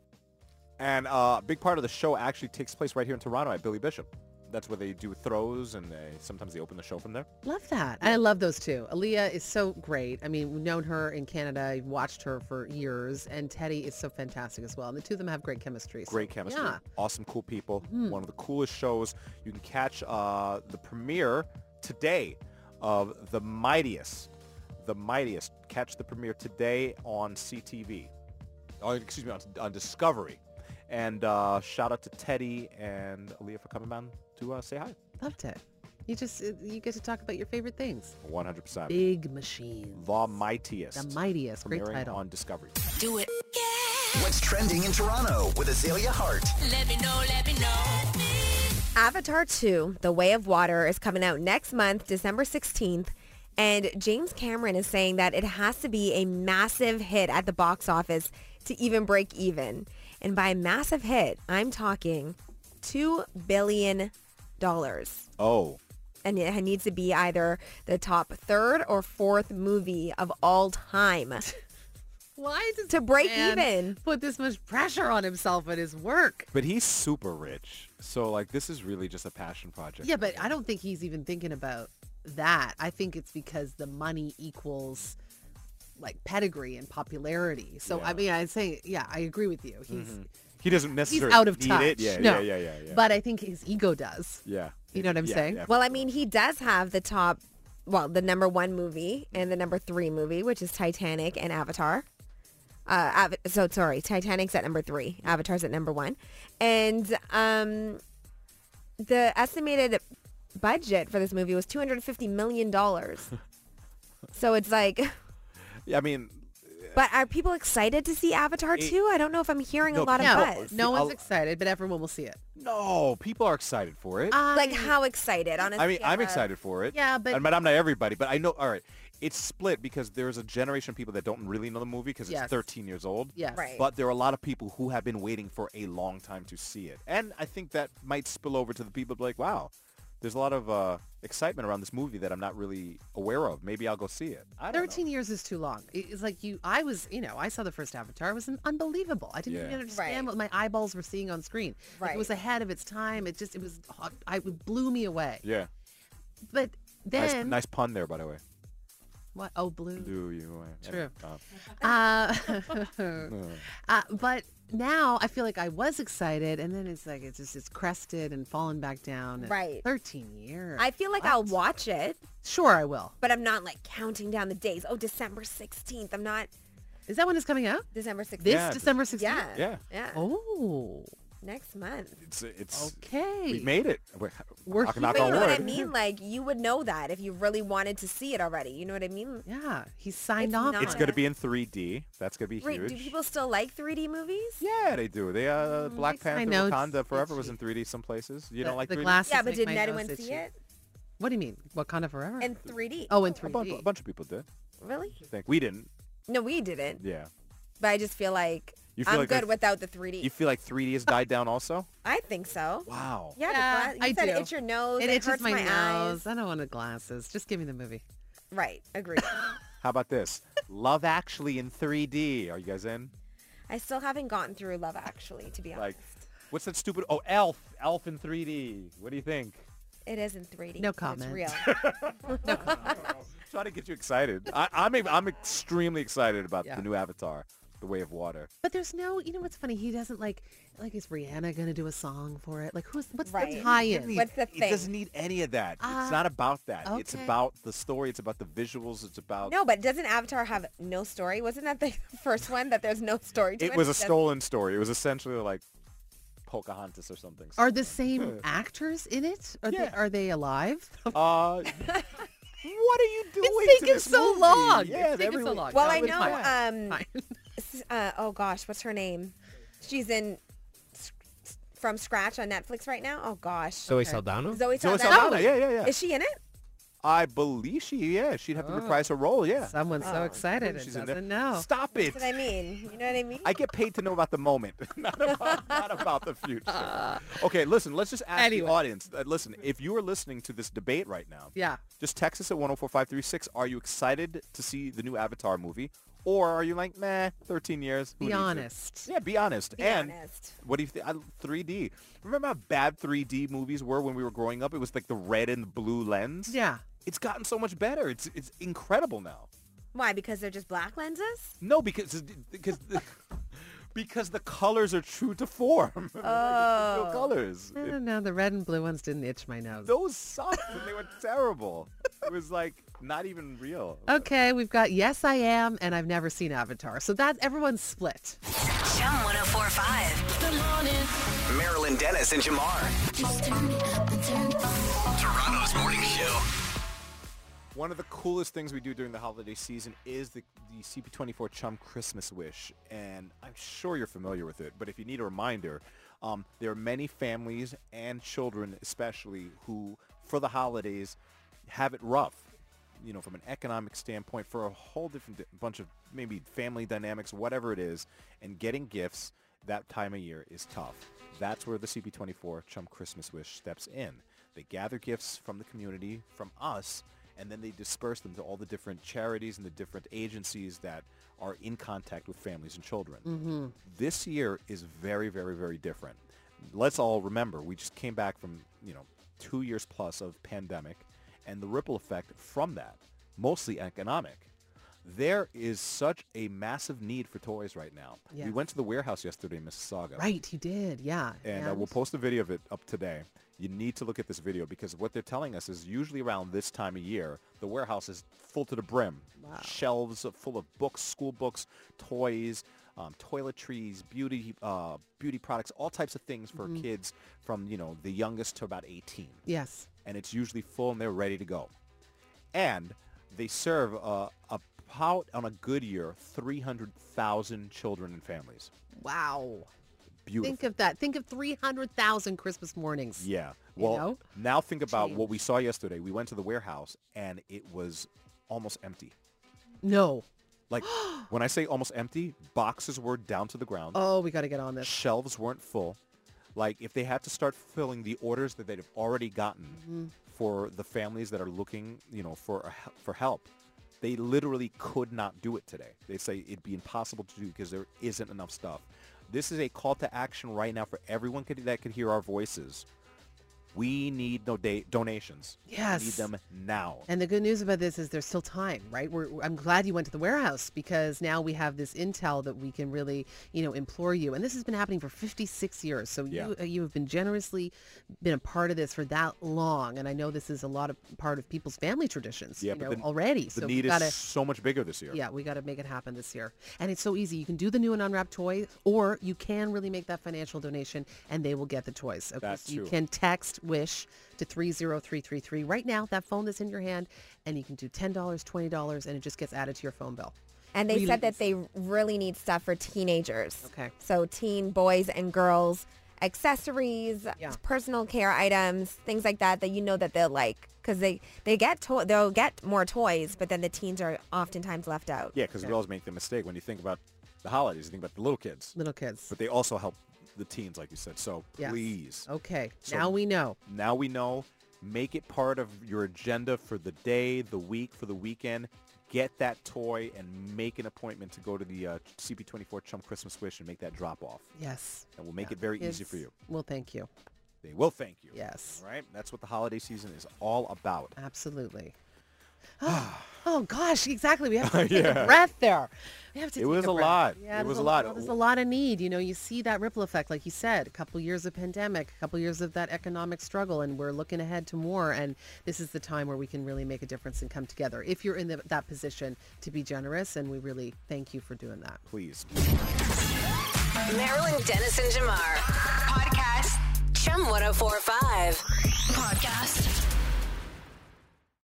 [SPEAKER 3] And uh, a big part of the show actually takes place right here in Toronto at Billy Bishop. that's where they do throws, and they, sometimes they open the show from there.
[SPEAKER 4] Love that. And I love those two. Aaliyah is so great. I mean, we've known her in Canada. I've watched her for years. And Teddy is so fantastic as well. And the two of them have great chemistry. so-
[SPEAKER 3] Great chemistry.
[SPEAKER 4] Yeah.
[SPEAKER 3] Awesome, cool people.
[SPEAKER 4] Mhm.
[SPEAKER 3] One of the coolest shows. You can catch uh, the premiere today of The Mightiest. The Mightiest. Catch the premiere today on CTV. Oh, excuse me, on, on Discovery. And uh, shout out to Teddy and Aaliyah for coming down to uh, say hi.
[SPEAKER 4] Loved it. You just, uh, you get to talk about your favorite things.
[SPEAKER 3] 100%.
[SPEAKER 4] Big machine.
[SPEAKER 3] The Mightiest.
[SPEAKER 4] The Mightiest. Great
[SPEAKER 3] Premiering
[SPEAKER 4] title.
[SPEAKER 3] on Discovery.
[SPEAKER 5] Do it. What's trending in Toronto with Azalea Hart?
[SPEAKER 2] Let me know, let me know.
[SPEAKER 6] Avatar 2, The Way of Water, is coming out next month, December 16th. And James Cameron is saying that it has to be a massive hit at the box office to even break even. And by massive hit, I'm talking $2 billion.
[SPEAKER 3] Oh.
[SPEAKER 6] And it needs to be either the top third or fourth movie of all time.
[SPEAKER 4] Why does
[SPEAKER 6] To break
[SPEAKER 4] man
[SPEAKER 6] even.
[SPEAKER 4] put this much pressure on himself and his work?
[SPEAKER 3] But he's super rich. So, like, this is really just a passion project.
[SPEAKER 4] Yeah, but I don't think he's even thinking about that. I think it's because the money equals like pedigree and popularity. So I
[SPEAKER 3] Yeah.
[SPEAKER 4] mean, I'm saying, yeah, I agree with you. He's
[SPEAKER 3] Mhm. He doesn't
[SPEAKER 4] he's
[SPEAKER 3] necessarily
[SPEAKER 4] out of
[SPEAKER 3] need
[SPEAKER 4] touch.
[SPEAKER 3] it. Yeah,
[SPEAKER 4] no.
[SPEAKER 3] yeah, yeah, yeah, yeah.
[SPEAKER 4] But I think his ego does.
[SPEAKER 3] yeah.
[SPEAKER 4] You know what I'm
[SPEAKER 3] Yeah,
[SPEAKER 4] saying?
[SPEAKER 3] yeah.
[SPEAKER 6] Well, I mean, he does have the top, well, the number one movie and the number three movie, which is Titanic and Avatar. Uh, Av- so sorry, Titanic's at number three, Avatar's at number one, and um, the estimated budget for this movie was two hundred fifty
[SPEAKER 3] [LAUGHS]
[SPEAKER 6] million dollars. so it's like,
[SPEAKER 3] Yeah, I mean,
[SPEAKER 6] but are people excited to see Avatar
[SPEAKER 3] It-
[SPEAKER 6] too? I don't know if I'm hearing a
[SPEAKER 3] No,
[SPEAKER 6] lot of
[SPEAKER 3] people-
[SPEAKER 6] buzz.
[SPEAKER 4] No
[SPEAKER 3] I'll-
[SPEAKER 4] one's excited, but everyone will see it.
[SPEAKER 3] no, people are excited for it.
[SPEAKER 4] I-
[SPEAKER 6] Like how excited? On a
[SPEAKER 3] I mean,
[SPEAKER 6] scale
[SPEAKER 3] I'm
[SPEAKER 6] of-
[SPEAKER 3] excited for it.
[SPEAKER 4] Uh, Yeah, but-
[SPEAKER 3] And- I'm not everybody, but I know. All right, it's split because there's a generation of people that don't really know the movie because
[SPEAKER 4] Yes.
[SPEAKER 3] it's 13 years old.
[SPEAKER 4] Yes.
[SPEAKER 6] Right.
[SPEAKER 3] But there are a lot of people who have been waiting for a long time to see it, and I think that might spill over to the people like, wow, there's a lot of uh, excitement around this movie that I'm not really aware of. Maybe I'll go see it. I don't know.
[SPEAKER 4] 13 years is too long. It- It's like you, I was, you know, I saw the first Avatar. It was un- unbelievable. I didn't
[SPEAKER 3] Yeah.
[SPEAKER 4] even understand what
[SPEAKER 6] Right.
[SPEAKER 4] my eyeballs were seeing on screen. Like,
[SPEAKER 6] Right.
[SPEAKER 4] it was ahead of its time. It just, it was, hot- I, it blew me away.
[SPEAKER 3] Yeah.
[SPEAKER 4] But
[SPEAKER 3] Nice,
[SPEAKER 4] then,
[SPEAKER 3] nice pun there, by the way.
[SPEAKER 4] what? Oh, blue.
[SPEAKER 3] Do you?
[SPEAKER 4] True.
[SPEAKER 3] Uh,
[SPEAKER 4] [LAUGHS] Uh, [LAUGHS] uh, but now I feel like I was excited, and then it's like it's just it's crested and fallen back down. at
[SPEAKER 6] Right.
[SPEAKER 4] Thirteen years.
[SPEAKER 6] I feel like I'll watch it.
[SPEAKER 4] sure I will.
[SPEAKER 6] but I'm not like counting down the days. Oh, December 16th. I'm not
[SPEAKER 4] Is that when it's coming out?
[SPEAKER 6] December 16th.
[SPEAKER 4] This
[SPEAKER 3] Yeah, th-
[SPEAKER 4] December sixteenth.
[SPEAKER 6] yeah.
[SPEAKER 3] yeah.
[SPEAKER 6] Yeah.
[SPEAKER 4] Oh.
[SPEAKER 6] Next month.
[SPEAKER 3] It's it's
[SPEAKER 4] Okay.
[SPEAKER 3] we made it. We're,
[SPEAKER 4] We're
[SPEAKER 3] knock,
[SPEAKER 4] here.
[SPEAKER 3] knock
[SPEAKER 6] But you
[SPEAKER 3] on
[SPEAKER 6] know
[SPEAKER 3] wood.
[SPEAKER 6] what I mean? Like you would know that if you really wanted to see it already. You know what I mean?
[SPEAKER 4] Yeah. He's signed
[SPEAKER 6] It's
[SPEAKER 4] off.
[SPEAKER 6] not-
[SPEAKER 4] on
[SPEAKER 3] It's going to be in 3D. That's going to be
[SPEAKER 6] Wait,
[SPEAKER 3] huge.
[SPEAKER 6] do people still like 3D movies?
[SPEAKER 3] yeah, they do. They uh, Black
[SPEAKER 4] makes Mm, my
[SPEAKER 3] Panther
[SPEAKER 4] notes
[SPEAKER 3] Wakanda Forever was
[SPEAKER 4] itchy.
[SPEAKER 3] in 3D some places. You
[SPEAKER 4] the,
[SPEAKER 3] don't like
[SPEAKER 4] the
[SPEAKER 3] 3D?
[SPEAKER 4] glasses.
[SPEAKER 6] Yeah, but
[SPEAKER 4] make
[SPEAKER 6] did
[SPEAKER 4] my
[SPEAKER 6] anyone
[SPEAKER 4] nose
[SPEAKER 6] see
[SPEAKER 4] itchy.
[SPEAKER 6] it?
[SPEAKER 4] What do you mean? Wakanda Forever.
[SPEAKER 6] In 3D?
[SPEAKER 4] oh, in
[SPEAKER 3] A
[SPEAKER 4] three
[SPEAKER 3] bunch,
[SPEAKER 4] D.
[SPEAKER 3] a bunch of people did.
[SPEAKER 6] really?
[SPEAKER 3] I think we didn't.
[SPEAKER 6] No, we didn't.
[SPEAKER 3] Yeah.
[SPEAKER 6] But I just feel like
[SPEAKER 3] You feel
[SPEAKER 6] I'm
[SPEAKER 3] like
[SPEAKER 6] good
[SPEAKER 3] that's-
[SPEAKER 6] without the 3D.
[SPEAKER 3] You feel like 3D has died down also?
[SPEAKER 6] I think so.
[SPEAKER 3] Wow.
[SPEAKER 6] Yeah,
[SPEAKER 4] Yeah,
[SPEAKER 6] the gla-
[SPEAKER 4] I
[SPEAKER 6] you said
[SPEAKER 4] do.
[SPEAKER 6] it itch your nose.
[SPEAKER 4] It
[SPEAKER 6] It,
[SPEAKER 4] itches
[SPEAKER 6] hurts
[SPEAKER 4] my,
[SPEAKER 6] my,
[SPEAKER 4] nose.
[SPEAKER 6] eyes.
[SPEAKER 4] I don't want the glasses. Just give me the movie.
[SPEAKER 6] Right,
[SPEAKER 4] [LAUGHS]
[SPEAKER 6] agreed.
[SPEAKER 3] How about this? Love Actually in 3D. Are you guys in?
[SPEAKER 6] I still haven't gotten through Love Actually, to be honest.
[SPEAKER 3] Like, what's that stupid? Oh, Elf. Elf in 3D. What do you think?
[SPEAKER 6] It is in 3D.
[SPEAKER 4] No
[SPEAKER 6] but
[SPEAKER 4] comment.
[SPEAKER 6] It's real.
[SPEAKER 3] Trying to get you excited. I, I'm ex- I'm extremely excited about
[SPEAKER 4] Yeah.
[SPEAKER 3] the new Avatar, The Way of Water.
[SPEAKER 4] But there's no, you know what's funny? He doesn't like, like is Rihanna gonna do a song for it? Like who's what's the
[SPEAKER 6] Right.
[SPEAKER 4] tie-in?
[SPEAKER 6] What's the
[SPEAKER 3] It doesn't
[SPEAKER 6] thing?
[SPEAKER 3] need any of that.
[SPEAKER 4] Ah,
[SPEAKER 3] it's not about that. It's
[SPEAKER 4] okay.
[SPEAKER 3] about the story. It's about the visuals. It's about
[SPEAKER 6] No, but doesn't Avatar have no story? Wasn't that the [LAUGHS] first one that there's no story to it?
[SPEAKER 3] It was a
[SPEAKER 6] Doesn't-
[SPEAKER 3] stolen story. It was essentially like Pocahontas or something.
[SPEAKER 4] Are the same actors in it? Are they
[SPEAKER 3] Hmm. Yeah.
[SPEAKER 4] are they alive? [LAUGHS]
[SPEAKER 3] Uh, what are you doing?
[SPEAKER 4] It's
[SPEAKER 3] to
[SPEAKER 4] taking
[SPEAKER 3] this
[SPEAKER 4] so
[SPEAKER 3] movie?
[SPEAKER 4] long.
[SPEAKER 3] Yeah,
[SPEAKER 4] it's taking so
[SPEAKER 3] everyone-
[SPEAKER 4] long.
[SPEAKER 6] Well,
[SPEAKER 4] No,
[SPEAKER 6] I
[SPEAKER 4] it's
[SPEAKER 6] know.
[SPEAKER 4] fine. [LAUGHS]
[SPEAKER 6] Um,
[SPEAKER 4] Fine.
[SPEAKER 6] s- uh, oh gosh, what's her name? She's in Sc- from scratch on Netflix right now. Oh gosh,
[SPEAKER 10] Zoe Saldana?
[SPEAKER 6] Zoe
[SPEAKER 3] Zoe
[SPEAKER 6] Saldana.
[SPEAKER 3] Saldana, yeah, yeah, yeah.
[SPEAKER 6] Is she in it?
[SPEAKER 3] I believe she. Yeah, she'd have to reprise her role. Yeah,
[SPEAKER 4] Someone's so excited it
[SPEAKER 3] Oh, She's in there.
[SPEAKER 4] Oh, doesn't know.
[SPEAKER 3] Stop it.
[SPEAKER 6] That's what I mean. You know what I mean?
[SPEAKER 3] I get paid to know about the moment, [LAUGHS] not about, not about the
[SPEAKER 4] [LAUGHS]
[SPEAKER 3] future. Okay, listen, let's just ask
[SPEAKER 4] Anyway.
[SPEAKER 3] the audience. Uh, listen, if you are listening to this debate right now,
[SPEAKER 4] Yeah.
[SPEAKER 3] oh just text us at 104536. Are you excited to see the new Avatar movie? Or are you like, nah, 13 years? who
[SPEAKER 4] Be
[SPEAKER 3] needs it?"
[SPEAKER 4] honest.
[SPEAKER 3] Yeah, be honest. and
[SPEAKER 4] honest.
[SPEAKER 3] what do you think? 3D. Remember how bad 3D movies were when we were growing up? It was like the red and the blue lens.
[SPEAKER 4] Yeah.
[SPEAKER 3] It's gotten so much better. It's it's incredible now.
[SPEAKER 6] Why? Because they're just black lenses?
[SPEAKER 3] No, because because [LAUGHS] because the colors are true to form. [LAUGHS] Like, there's no
[SPEAKER 4] Oh.
[SPEAKER 3] colors.
[SPEAKER 4] I don't know. The red and blue ones didn't itch my nose.
[SPEAKER 3] Those sucked and they were terrible. It was like not even real.
[SPEAKER 4] Okay, we've got Yes I Am and I've never seen Avatar. So that everyone's split.
[SPEAKER 1] Chum 1045. Good morning.
[SPEAKER 5] Marilyn Dennis and Jamar. Toronto's morning show.
[SPEAKER 3] One of the coolest things we do during the holiday season is the, the CP24 Chum Christmas Wish. And I'm sure you're familiar with it, but if you need a reminder, um, there are many families and children especially who, for the holidays, have it rough. You know, from an economic standpoint, for a whole different di- bunch of maybe family dynamics, whatever it is, and getting gifts that time of year is tough. That's where the CP24 Chum Christmas Wish steps in. They gather gifts from the community, from us, and then they disperse them to all the different charities and the different agencies that are in contact with families and children.
[SPEAKER 8] Mm-hmm.
[SPEAKER 3] This year is very, very, very different. Let's all remember, we just came back from, you know, two years plus of pandemic and the ripple effect from that, mostly economic. There is such a massive need for toys right now.
[SPEAKER 4] Yes.
[SPEAKER 3] We went to the warehouse yesterday in Mississauga.
[SPEAKER 4] Right, you did. Yeah.
[SPEAKER 3] And uh, we'll post a video of it up today. You need to look at this video because what they're telling us is usually around this time of year, the warehouse is full to the brim. Shelves are full of books, school books, toys, um, toiletries, beauty, uh, beauty products, all types of things for
[SPEAKER 4] Mhm.
[SPEAKER 3] kids from, you know, the youngest to about 18.
[SPEAKER 4] Yes.
[SPEAKER 3] And it's usually full and they're ready to go. And they serve uh, about, on a good year, 300,000 children and families.
[SPEAKER 4] Wow.
[SPEAKER 3] Beautiful.
[SPEAKER 4] Think of that. Think of 300,000 Christmas mornings.
[SPEAKER 3] Yeah.
[SPEAKER 4] You
[SPEAKER 3] Well,
[SPEAKER 4] know?
[SPEAKER 3] now think about what we saw yesterday. We went to the warehouse and it was almost empty.
[SPEAKER 4] No. [GASPS]
[SPEAKER 3] Like when I say almost empty, boxes were down to the ground.
[SPEAKER 4] Oh, we got to get on this.
[SPEAKER 3] Shelves weren't full. Like if they had to start filling the orders that they've already gotten
[SPEAKER 4] Mhm.
[SPEAKER 3] for the families that are looking, you know, for a hel- for help, they literally could not do it today. They say it'd be impossible to do because there isn't enough stuff. This is a call to action right now for everyone could, that could hear our voices. We need no da- donations. We need
[SPEAKER 4] Yes.
[SPEAKER 3] them now.
[SPEAKER 4] And the good news about this is there's still time, right? We're, I'm glad you went to the warehouse because now we have this intel that we can really, you know, implore you. And this has been happening for 56 years. So
[SPEAKER 13] Yeah.
[SPEAKER 4] you uh, you have been generously been a part of this for that long. And I know this is a lot of part of people's family traditions,
[SPEAKER 3] Yeah,
[SPEAKER 4] you
[SPEAKER 3] but
[SPEAKER 4] know,
[SPEAKER 3] the-
[SPEAKER 4] already.
[SPEAKER 3] The
[SPEAKER 4] so
[SPEAKER 3] need
[SPEAKER 4] we gotta,
[SPEAKER 3] is so much bigger this year.
[SPEAKER 4] Yeah, we got to make it happen this year. And it's so easy. You can do the new and unwrapped toy, or you can really make that financial donation and they will get the toys. Okay.
[SPEAKER 3] That
[SPEAKER 4] so you
[SPEAKER 3] too.
[SPEAKER 4] can text WISH to 30333 right now, that phone that's in your hand, and you can do $10, $20, and it just gets added to your phone bill.
[SPEAKER 6] And they said that
[SPEAKER 4] Really
[SPEAKER 6] they really need stuff for teenagers.
[SPEAKER 4] Okay.
[SPEAKER 6] So teen boys and girls, accessories, personal care items, things like that that you know that they'll like because they they get to- they'll get more toys, but then the teens are oftentimes left out.
[SPEAKER 3] Yeah, because we always make the mistake when you think about the holidays, you think about the little kids.
[SPEAKER 4] Little kids.
[SPEAKER 3] But they also help the teens, like you said. So
[SPEAKER 4] Yes. Oh.
[SPEAKER 3] please.
[SPEAKER 4] Okay,
[SPEAKER 3] So
[SPEAKER 4] now we know.
[SPEAKER 3] Now we know. Make it part of your agenda for the day, the week, for the weekend. Get that toy and make an appointment to go to the uh, CP24 Chum Christmas Wish and make that drop off.
[SPEAKER 4] Yes.
[SPEAKER 3] And we'll make it very easy for
[SPEAKER 4] Kids
[SPEAKER 3] you.
[SPEAKER 4] Well, thank you.
[SPEAKER 3] They will thank you.
[SPEAKER 4] Yes.
[SPEAKER 3] All right? That's what the holiday season is all about. [SIGHS]
[SPEAKER 4] Absolutely. Oh, gosh, exactly. We have
[SPEAKER 3] [LAUGHS]
[SPEAKER 4] to take
[SPEAKER 3] Yeah.
[SPEAKER 4] a breath there. We have to
[SPEAKER 3] It
[SPEAKER 4] take
[SPEAKER 3] was
[SPEAKER 4] a
[SPEAKER 3] a
[SPEAKER 4] breath.
[SPEAKER 3] lot. It
[SPEAKER 4] Yeah, there's
[SPEAKER 3] was a
[SPEAKER 4] a
[SPEAKER 3] lot.
[SPEAKER 4] well, There's a lot of need. You know, you see that ripple effect, like you said, a couple years of pandemic, a couple years of that economic struggle, and we're looking ahead to more. And this is the time where we can really make a difference and come together. If you're in the, that position to be generous, and we really thank you for doing that.
[SPEAKER 3] Please.
[SPEAKER 1] Marilyn Dennis and Jamar. oh Podcast. Chum 1045. Podcast.